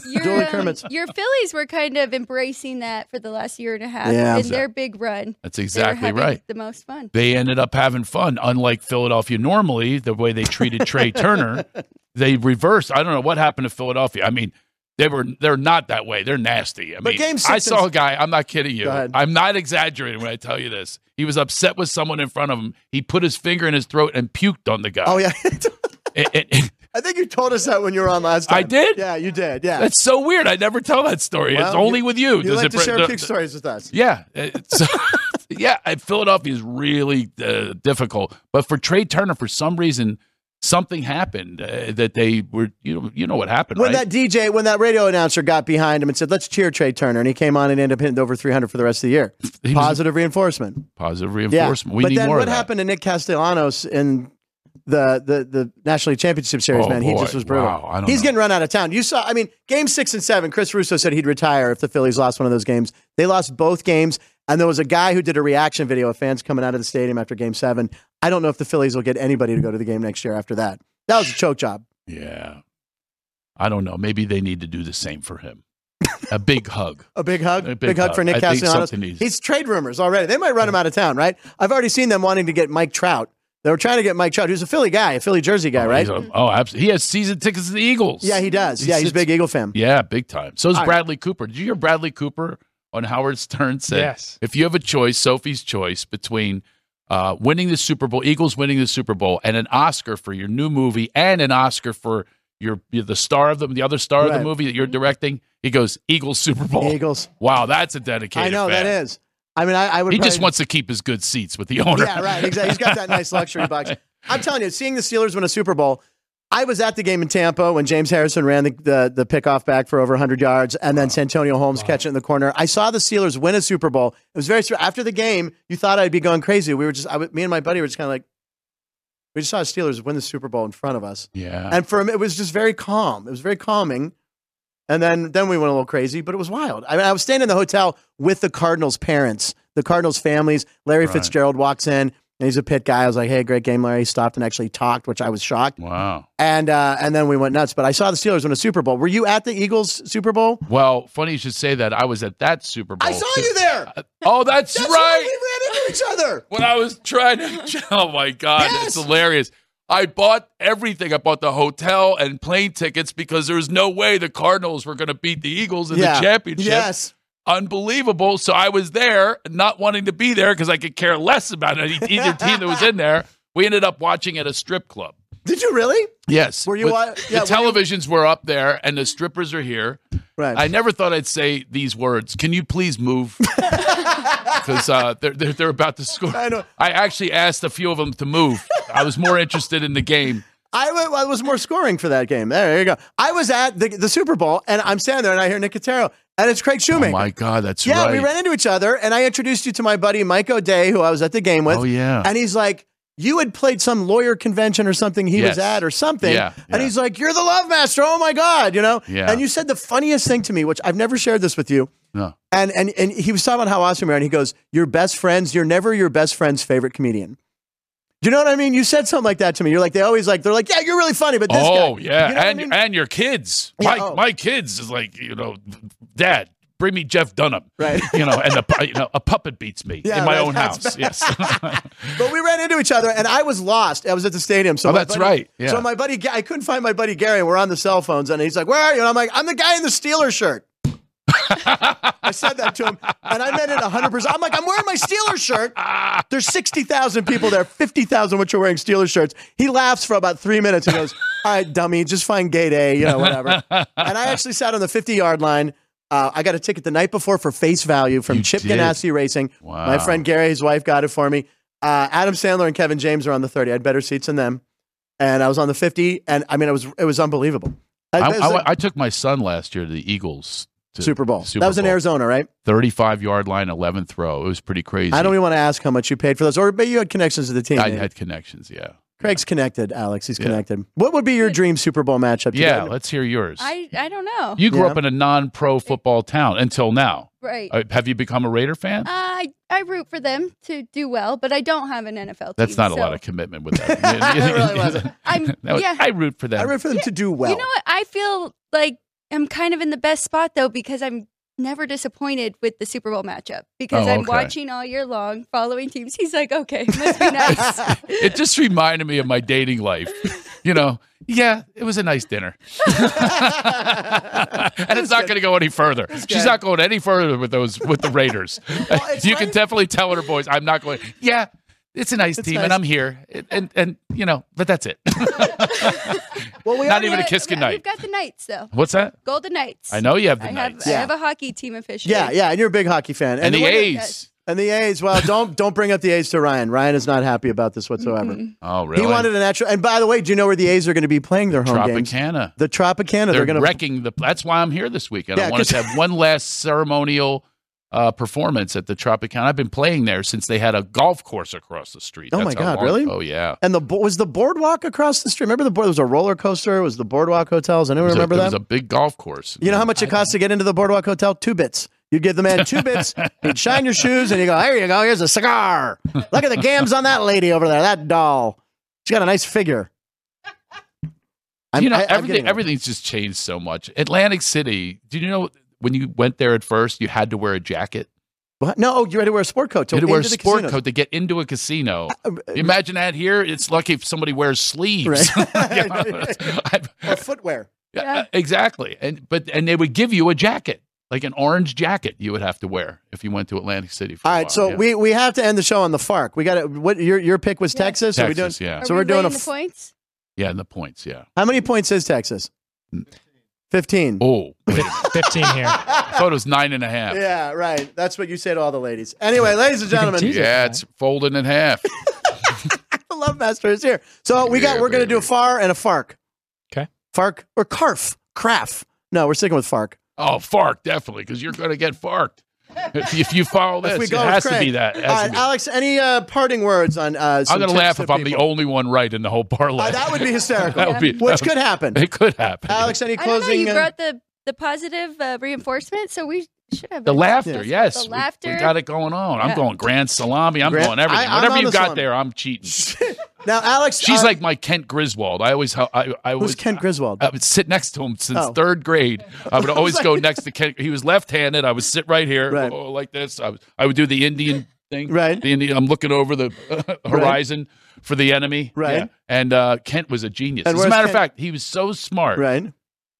Julie
um,
Kermitz.
your Phillies were kind of embracing that for the last year and a half
Yeah.
in their big run.
That's
They were
exactly
having
right.
The most fun.
They ended up having fun, unlike Philadelphia. Normally, the way they treated Trey Turner, they reversed. I don't know what happened to Philadelphia. I mean, they were they're not that way. They're nasty. I
But
mean,
game six
I saw
is-
a guy. I'm not kidding you.
Go ahead.
I'm not exaggerating when I tell you this. He was upset with someone in front of him. He put his finger in his throat and puked on the guy.
Oh yeah,
And- and-
I think you told us that when you were on last time.
I did?
Yeah, you did. Yeah.
that's so weird. I never tell that story. it's
Well,
only with you.
You
Does
like
it
to
br-
share
the-
puke stories with us.
Yeah. It's, yeah. and Philadelphia is really uh, difficult. But for Trey Turner, for some reason, something happened uh, that they were, you know, you know what happened,
When
right?
that DJ, when that radio announcer got behind him and said, "Let's cheer Trey Turner," and he came on and ended up hitting over 300 for the rest of the year.
He was-
Positive reinforcement.
positive
Yeah.
reinforcement. We
but
need
then
more.
what
of that.
happened to Nick Castellanos in the the the National League Championship Series?
Oh,
man, he
boy.
just was brutal.
Wow, I don't
He's
know.
getting run out of town. You saw, I mean, game six and seven. Chris Russo said he'd retire if the Phillies lost one of those games. They lost both games, and there was a guy who did a reaction video of fans coming out of the stadium after game seven. I don't know if the Phillies will get anybody to go to the game next year after that. That was a choke job.
Yeah. I don't know. Maybe they need to do the same for him. A big hug.
A big hug,
A
big,
big
hug,
hug.
for Nick
I think
Castellanos.
something needs-
He's trade rumors already. They might run him out of town, right? I've already seen them wanting to get Mike Trout. They were trying to get Mike Trout, who's a Philly guy, a Philly Jersey guy, right?
He's a- oh, absolutely. He has season tickets to the Eagles.
Yeah, he does.
He
yeah, he's a
sits-
big Eagle fan.
Yeah, big time. So is
All right.
Bradley Cooper. Did you hear Bradley Cooper on Howard Stern said,
Yes.
if you have a choice, Sophie's choice between uh, winning the Super Bowl, Eagles winning the Super Bowl, and an Oscar for your new movie, and an Oscar for your, your the star of the the other star of
Right. Mm-hmm.
the movie that you're directing, he goes Eagles Super Bowl.
Eagles.
Wow, that's a dedicated.
I know
fan.
that is. I mean, I, I would.
He just
probably-
wants to keep his good seats with the owner.
Yeah, right. Exactly. He's got that nice luxury box. I'm telling you, seeing the Steelers win a Super Bowl. I was at the game in Tampa when James Harrison ran the the, the pickoff back for over 100 yards, and then Santonio Holmes catch it in the corner. I saw the Steelers win a Super Bowl. It was very after the game. You thought I'd be going crazy. We were just, I, w- me and my buddy were just kind of like, we just saw the Steelers win the Super Bowl in front of us,
Yeah.
and for him, it was just very calm. It was very calming. And then then we went a little crazy, but it was wild. I mean, I was staying in the hotel with the Cardinals' parents, the Cardinals' families. Larry
Right.
Fitzgerald walks in, and he's a pit guy. I was like, "Hey, great game, Larry." He stopped and actually talked, which I was shocked.
Wow.
And uh, and then we went nuts. But I saw the Steelers win a Super Bowl. Were you at the Eagles Super Bowl?
Well, funny you should say that. I was at that Super Bowl.
I saw
too.
you there.
Oh, that's,
That's
right.
why we ran into each other.
when I was trying to. Oh my God,
Yes.
it's hilarious. I bought everything. I bought the hotel and plane tickets because there was no way the Cardinals were going to beat the Eagles in the championship.
Yes.
Unbelievable. So I was there, not wanting to be there because I could care less about any, either team that was in there. We ended up watching at a strip club.
Did you really?
Yes.
Were you
With-
wa- yeah,
the televisions were up there and the strippers are here.
Right.
I never thought I'd say these words. Can you please move? Because uh, they're, they're, they're about to score.
I
I,
know.
actually asked a few of them to move. I was more interested in the game. Oh
I, wa- I was more scoring for that game. There, you go. I was at the, the Super Bowl, and I'm standing there, and I hear Nick Cotero, and it's Craig Shoemaker.
Oh my God, that's
yeah,
right.
we ran into each other, and I introduced you to my buddy Mike O'Day, who I was at the game with.
Oh, yeah.
And he's like, you had played some lawyer convention or something he was
Yes.
at or something.
Yeah,
And
yeah.
he's like, You're the love master. Oh my God. You know?
Yeah.
And you said the funniest thing to me, which I've never shared this with you.
No.
And and and he was talking about how awesome you are, and he goes, Your best friends, you're never your best friend's favorite comedian. You know what I mean? You said something like that to me. You're like, they always like, they're like, yeah, you're really funny, but this
oh,
guy.
yeah.
You know what I
and,
mean?
and your kids.
Yeah,
my,
oh.
my kids is like, you know, dad. Bring me Jeff Dunham,
Right.
You know, and the, pu- you know, a puppet beats me
Yeah,
in my
right,
own
that's
house.
bad.
Yes,
But we ran into each other, and I was lost. I was at the stadium. So
Oh,
my
that's
buddy-
right. Yeah.
So my buddy, Ga- I couldn't find my buddy Gary, and we're on the cell phones, and he's like, "Where are you?" And I'm like, "I'm the guy in the Steeler shirt." I said that to him, and I meant it 100. percent I'm like, "I'm wearing my Steeler shirt." There's 60,000 people there, 50,000 which are wearing Steeler shirts. He laughs for about three minutes and goes, "All right, dummy, just find gate A, you know, whatever." and I actually sat on the 50 yard line. Uh, I got a ticket the night before for face value from
You
Chip
did.
Ganassi Racing.
Wow.
My friend Gary, his wife, got it for me. Uh, Adam Sandler and Kevin James are on the 30. I had better seats than them. And I was on the 50. And I mean, it was it was unbelievable. I-
I,
it was
I-
like
I took my son last year to the Eagles to
Super Bowl.
Super
that was in
Bowl.
Arizona, right?
35 yard line, 11th row. It was pretty crazy.
I don't even want to ask how much you paid for those. Or maybe you had connections to the team.
I
maybe.
had connections. Yeah.
Craig's connected, Alex. He's
Yeah.
connected. What would be your dream Super Bowl matchup? Do you
Yeah.
know-
Let's hear yours.
I I don't know.
you grew
Yeah.
up in a non pro football town until now.
right. Uh,
Uh, Have you become a Raider fan?
I I root for them to do well, but I don't have an NFL team.
That's not a
so-
lot of commitment with that.
It really wasn't.
I'm-
That was-
yeah.
I root for that.
I root for them to do well.
You know what? I feel like I'm kind of in the best spot though because I'm never disappointed with the Super Bowl matchup because
Oh,
I'm
okay.
watching all year long, following teams. He's like, okay, must be nice.
it just reminded me of my dating life. You know, yeah, it was a nice dinner. and it's not going to go any further. She's not going any further with those with the Raiders.
it's
you can
nice-
definitely tell her boys, I'm not going. Yeah, it's a nice team, and
nice.
I'm here, and and, and, you know, but that's it.
well, we
not
already
even a
Yeah,
kiss
we-
goodnight.
We've got the Knights though,
What's that?
Golden Knights.
I know you have the
I have,
Knights
I
Yeah.
have a hockey team officially.
Yeah, yeah, and you're a big hockey fan.
and the
winner-
A's.
And the A's. Well, don't don't bring up the A's to Ryan. Ryan is not happy about this whatsoever.
Oh, really?
uh, He wanted a natural. And by the way, do you know where the A's are going to be playing their home games?
Tropicana.
The Tropicana. They're,
They're,
going to
wrecking the. That's why I'm here this weekend.
Yeah,
I wanted
'cause-
to have one last ceremonial uh, performance at the Tropicana. I've been playing there since they had a golf course across the street.
Oh
That's
my
how
God,
long-
really?
Oh yeah.
And the bo- was the boardwalk across the street. Remember the board? There was a roller coaster. It was the boardwalk hotels. I
It
don't
was
remember
a, It
that.
was a big golf course.
you know how much it costs to get into the boardwalk hotel? Two bits. You'd give the man two bits. He'd shine your shoes, and you go, "Here you go. Here's a cigar. Look at the gams on that lady over there. That doll. She's got a nice figure." I'm-
you know,
I- I'm
everything,
getting it.
everything's just changed so much. Atlantic City. Did you know when you went there at first, you had to wear a jacket?
What? No, oh, you had to wear a sport coat. To
You had to wear a
into the
sport
casinos.
coat to get into a casino.
Uh,
Imagine that here. It's lucky if somebody wears sleeves.
Right.
You know, I've-
Or footwear.
Yeah,
Yeah.
uh, exactly. And but and they would give you a jacket, like an orange jacket, you would have to wear if you went to Atlantic City. For
All
a
right,
while.
so
Yeah.
we, we have to end the show on the FARC. We got to. What your your pick was
Yeah.
Texas. Are we doing,
Texas, yeah,
Are
So
we
we're doing a
weighing the
f-
points.
yeah, and the points, yeah.
how many points is Texas? Fifteen.
Oh, wait,
Fif- 15 here.
I thought it was nine and a half.
Yeah, right. That's what you say to all the ladies. Anyway, ladies and
You can
gentlemen,
tease
Yeah, it's folded in half.
the Love Master is here. So we got
Yeah,
we're gonna do a
baby.
FAR and a FARC.
Okay.
FARC or CARF. CRAF. No, we're sticking with FARC.
Oh, fark definitely, because you're going to get farked if, if you follow
If
this.
we
It
go with
has to
Craig.
be that. It has
All
to
right,
be.
Alex. Any uh, parting words on? Uh,
I'm going
to
to laugh if I'm the only one right in the whole parlay.
Uh, that would be hysterical.
That would be-
Which could happen.
it could happen.
Alex, any
I don't know.
closing?
You
uh,
brought the the positive uh, reinforcement. So we should have
The
been
laughter,
successful.
yes. We-
the laughter.
We, got it going on. I'm
Yeah.
going grand salami. I'm
Grand-
going
I-
everything.
I'm
Whatever
on
you
the
got
salami.
there, I'm cheating.
now, Alex.
She's
uh,
like my Kent Griswold. I always, Uh, ho- I, I
who's
was,
Kent Griswold?
I would sit next to him since
Oh.
third grade. I would always
like-
go next to Ken. He was left-handed. I would sit right here,
Right.
oh, like this. I, was, I would do the Indian thing.
Right.
The Indian, I'm looking over the horizon for the enemy.
Right.
And uh, Kent was a genius.
And
As a
where's
matter of
Kent?
fact, he was so smart.
right.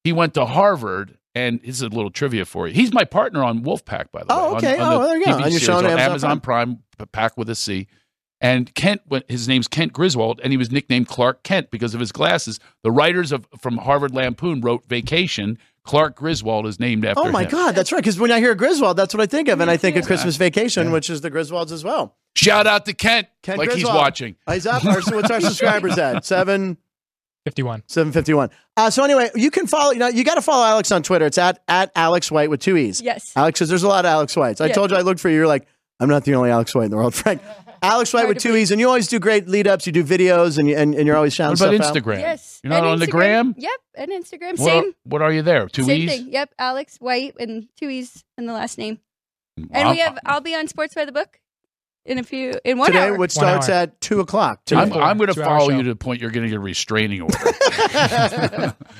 He went to Harvard. And this is a little trivia for you. He's my partner on Wolfpack, by the
Oh,
way.
okay.
On, on
Oh,
the
there you go.
TV
And you're
series
showing
on
Amazon
Amazon Prime, p- Pack with a C. And Kent, went- his name's Kent Griswold, and he was nicknamed Clark Kent because of his glasses. The writers of from Harvard Lampoon wrote Vacation. Clark Griswold is named after
Oh my
him.
God, that's right. Because when I hear Griswold, that's what I think of, and I think of
Yeah.
Christmas Vacation,
Yeah.
which is the Griswolds as well.
Shout out to Kent,
Kent
like
Griswold.
he's watching.
Uh, He's up. Our, so what's our subscribers at? Seven.
51.
751. Uh, so anyway, you can follow, you know, you got to follow Alex on Twitter. It's at, at Alex White with two E's.
yes.
Alex says there's a lot of Alex Whites. I
Yeah.
told you I looked for you. You're like, I'm not the only Alex White in the world, Frank. Alex White
Hard
with
to
two
believe.
E's, and you always do great lead ups. You do videos, and, you, and, and you're always shouting
What about
stuff out.
Instagram?
Yes.
You're not
And
on the
Instagram.
gram?
Yep. And Instagram.
What are,
same.
what are you there? Two
same
E's?
thing. Yep. Alex White and two E's in the last name. And we
I'm-
have. I'll be on Sports by the Book in a few. In one
Today,
hour.
which
One
starts
hour.
at two o'clock.
Two
I'm,
hours.
I'm going to
Two-hour
follow
show.
you to the point you're going to get a restraining order.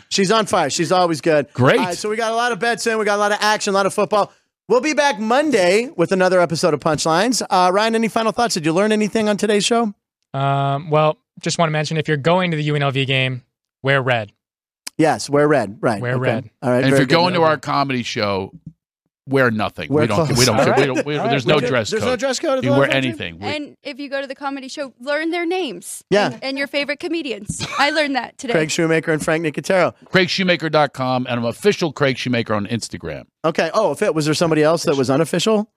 She's on fire. She's always good.
Great.
All right, so we got a lot of bets in. We got a lot of action, a lot of football. We'll be back Monday with another episode of Punchlines. Uh, Ryan, any final thoughts? Did you learn anything on today's show?
Um, well, just want to mention if you're going to the UNLV game, wear red.
Yes, wear red. Right.
Wear red.
All right.
and if
very
you're
good.
going to our comedy show, wear nothing.
Wear
we don't.
clothes.
We don't.
All
We
right.
don't we,
All right.
There's
We
no
do-
dress
There's no
code.
dress code. at
you
the
can wear
Lions Lounge?
anything. We-
and if you go to the comedy show, learn their names.
Yeah.
And your favorite comedians. I learned that today.
Craig Shoemaker and Frank Nicotero.
CraigShoemaker.com, and I'm official Craig Shoemaker on Instagram.
Okay. Oh, if it was there somebody else that was unofficial?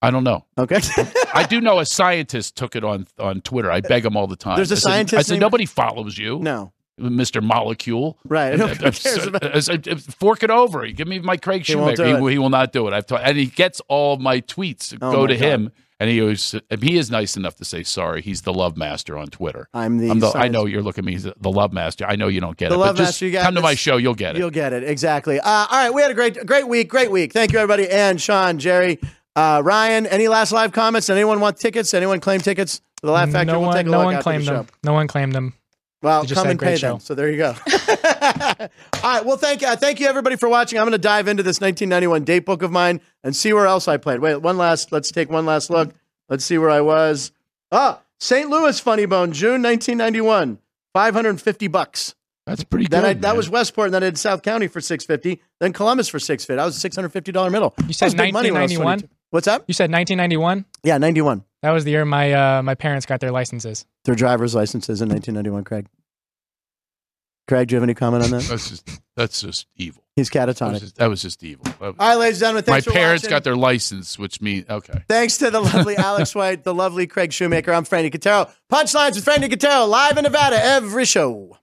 I don't know.
Okay.
I do know a scientist took it on on Twitter. I beg him all the time.
There's a
I said- I
scientist
said
named-
nobody follows you,
no.
Mr. Molecule.
Right.
I- I-
Nobody cares about-
uh, I- I- I- Fork it over. Give me my Craig
He won't
Shoemaker. He,
do it.
will- he will not do it. I've taught, and he gets all my tweets.
Oh my
go to
God.
him, and he always he is nice enough to say sorry. He's the love master on Twitter.
I'm the.
I'm the, I
science-
know you're looking at me. He's the love master. I know you don't get
The
it.
love
but just
master, you got
come to my
this.
show. You'll get it.
You'll get it exactly. Uh, all right, we had a great, great week. Great week. Thank you, everybody, and Sean, Jerry, uh, Ryan. Any last live comments? Anyone want tickets? Anyone claim tickets? The Laugh Factory.
no
we'll
one,
take a
no
look
one
after
claimed
the show.
them. No one claimed them.
Well,
They just
come
had
and
great
pay
show.
them. So there you go. All right. Well, thank you. Uh, thank you, everybody, for watching. I'm going to dive into this 1991 date book of mine and see where else I played. Wait, one last. Let's take one last look. Let's see where I was. Ah, St. Louis Funny Bone, June 1991, 550 bucks.
That's pretty good.
Then I, that
man.
was Westport, and then I did South County for 650. Then Columbus for 650. I was a 650 dollar middle.
You
That was
said
big money when I was
1991?
22. What's up?
You said 1991.
Yeah, 91.
That was the year my uh, my parents got their licenses.
Their driver's licenses in 1991. Craig. Craig, do you have any comment on that?
That's just that's just evil.
He's
That was
catatonic.
just, that was just evil. That was-
All right, ladies and gentlemen,
my
thanks for
parents
watching.
got their license, which means okay.
Thanks to the lovely Alex White, the lovely Craig Shoemaker. I'm Franny Catero. Punchlines with Franny Catero live in Nevada every show.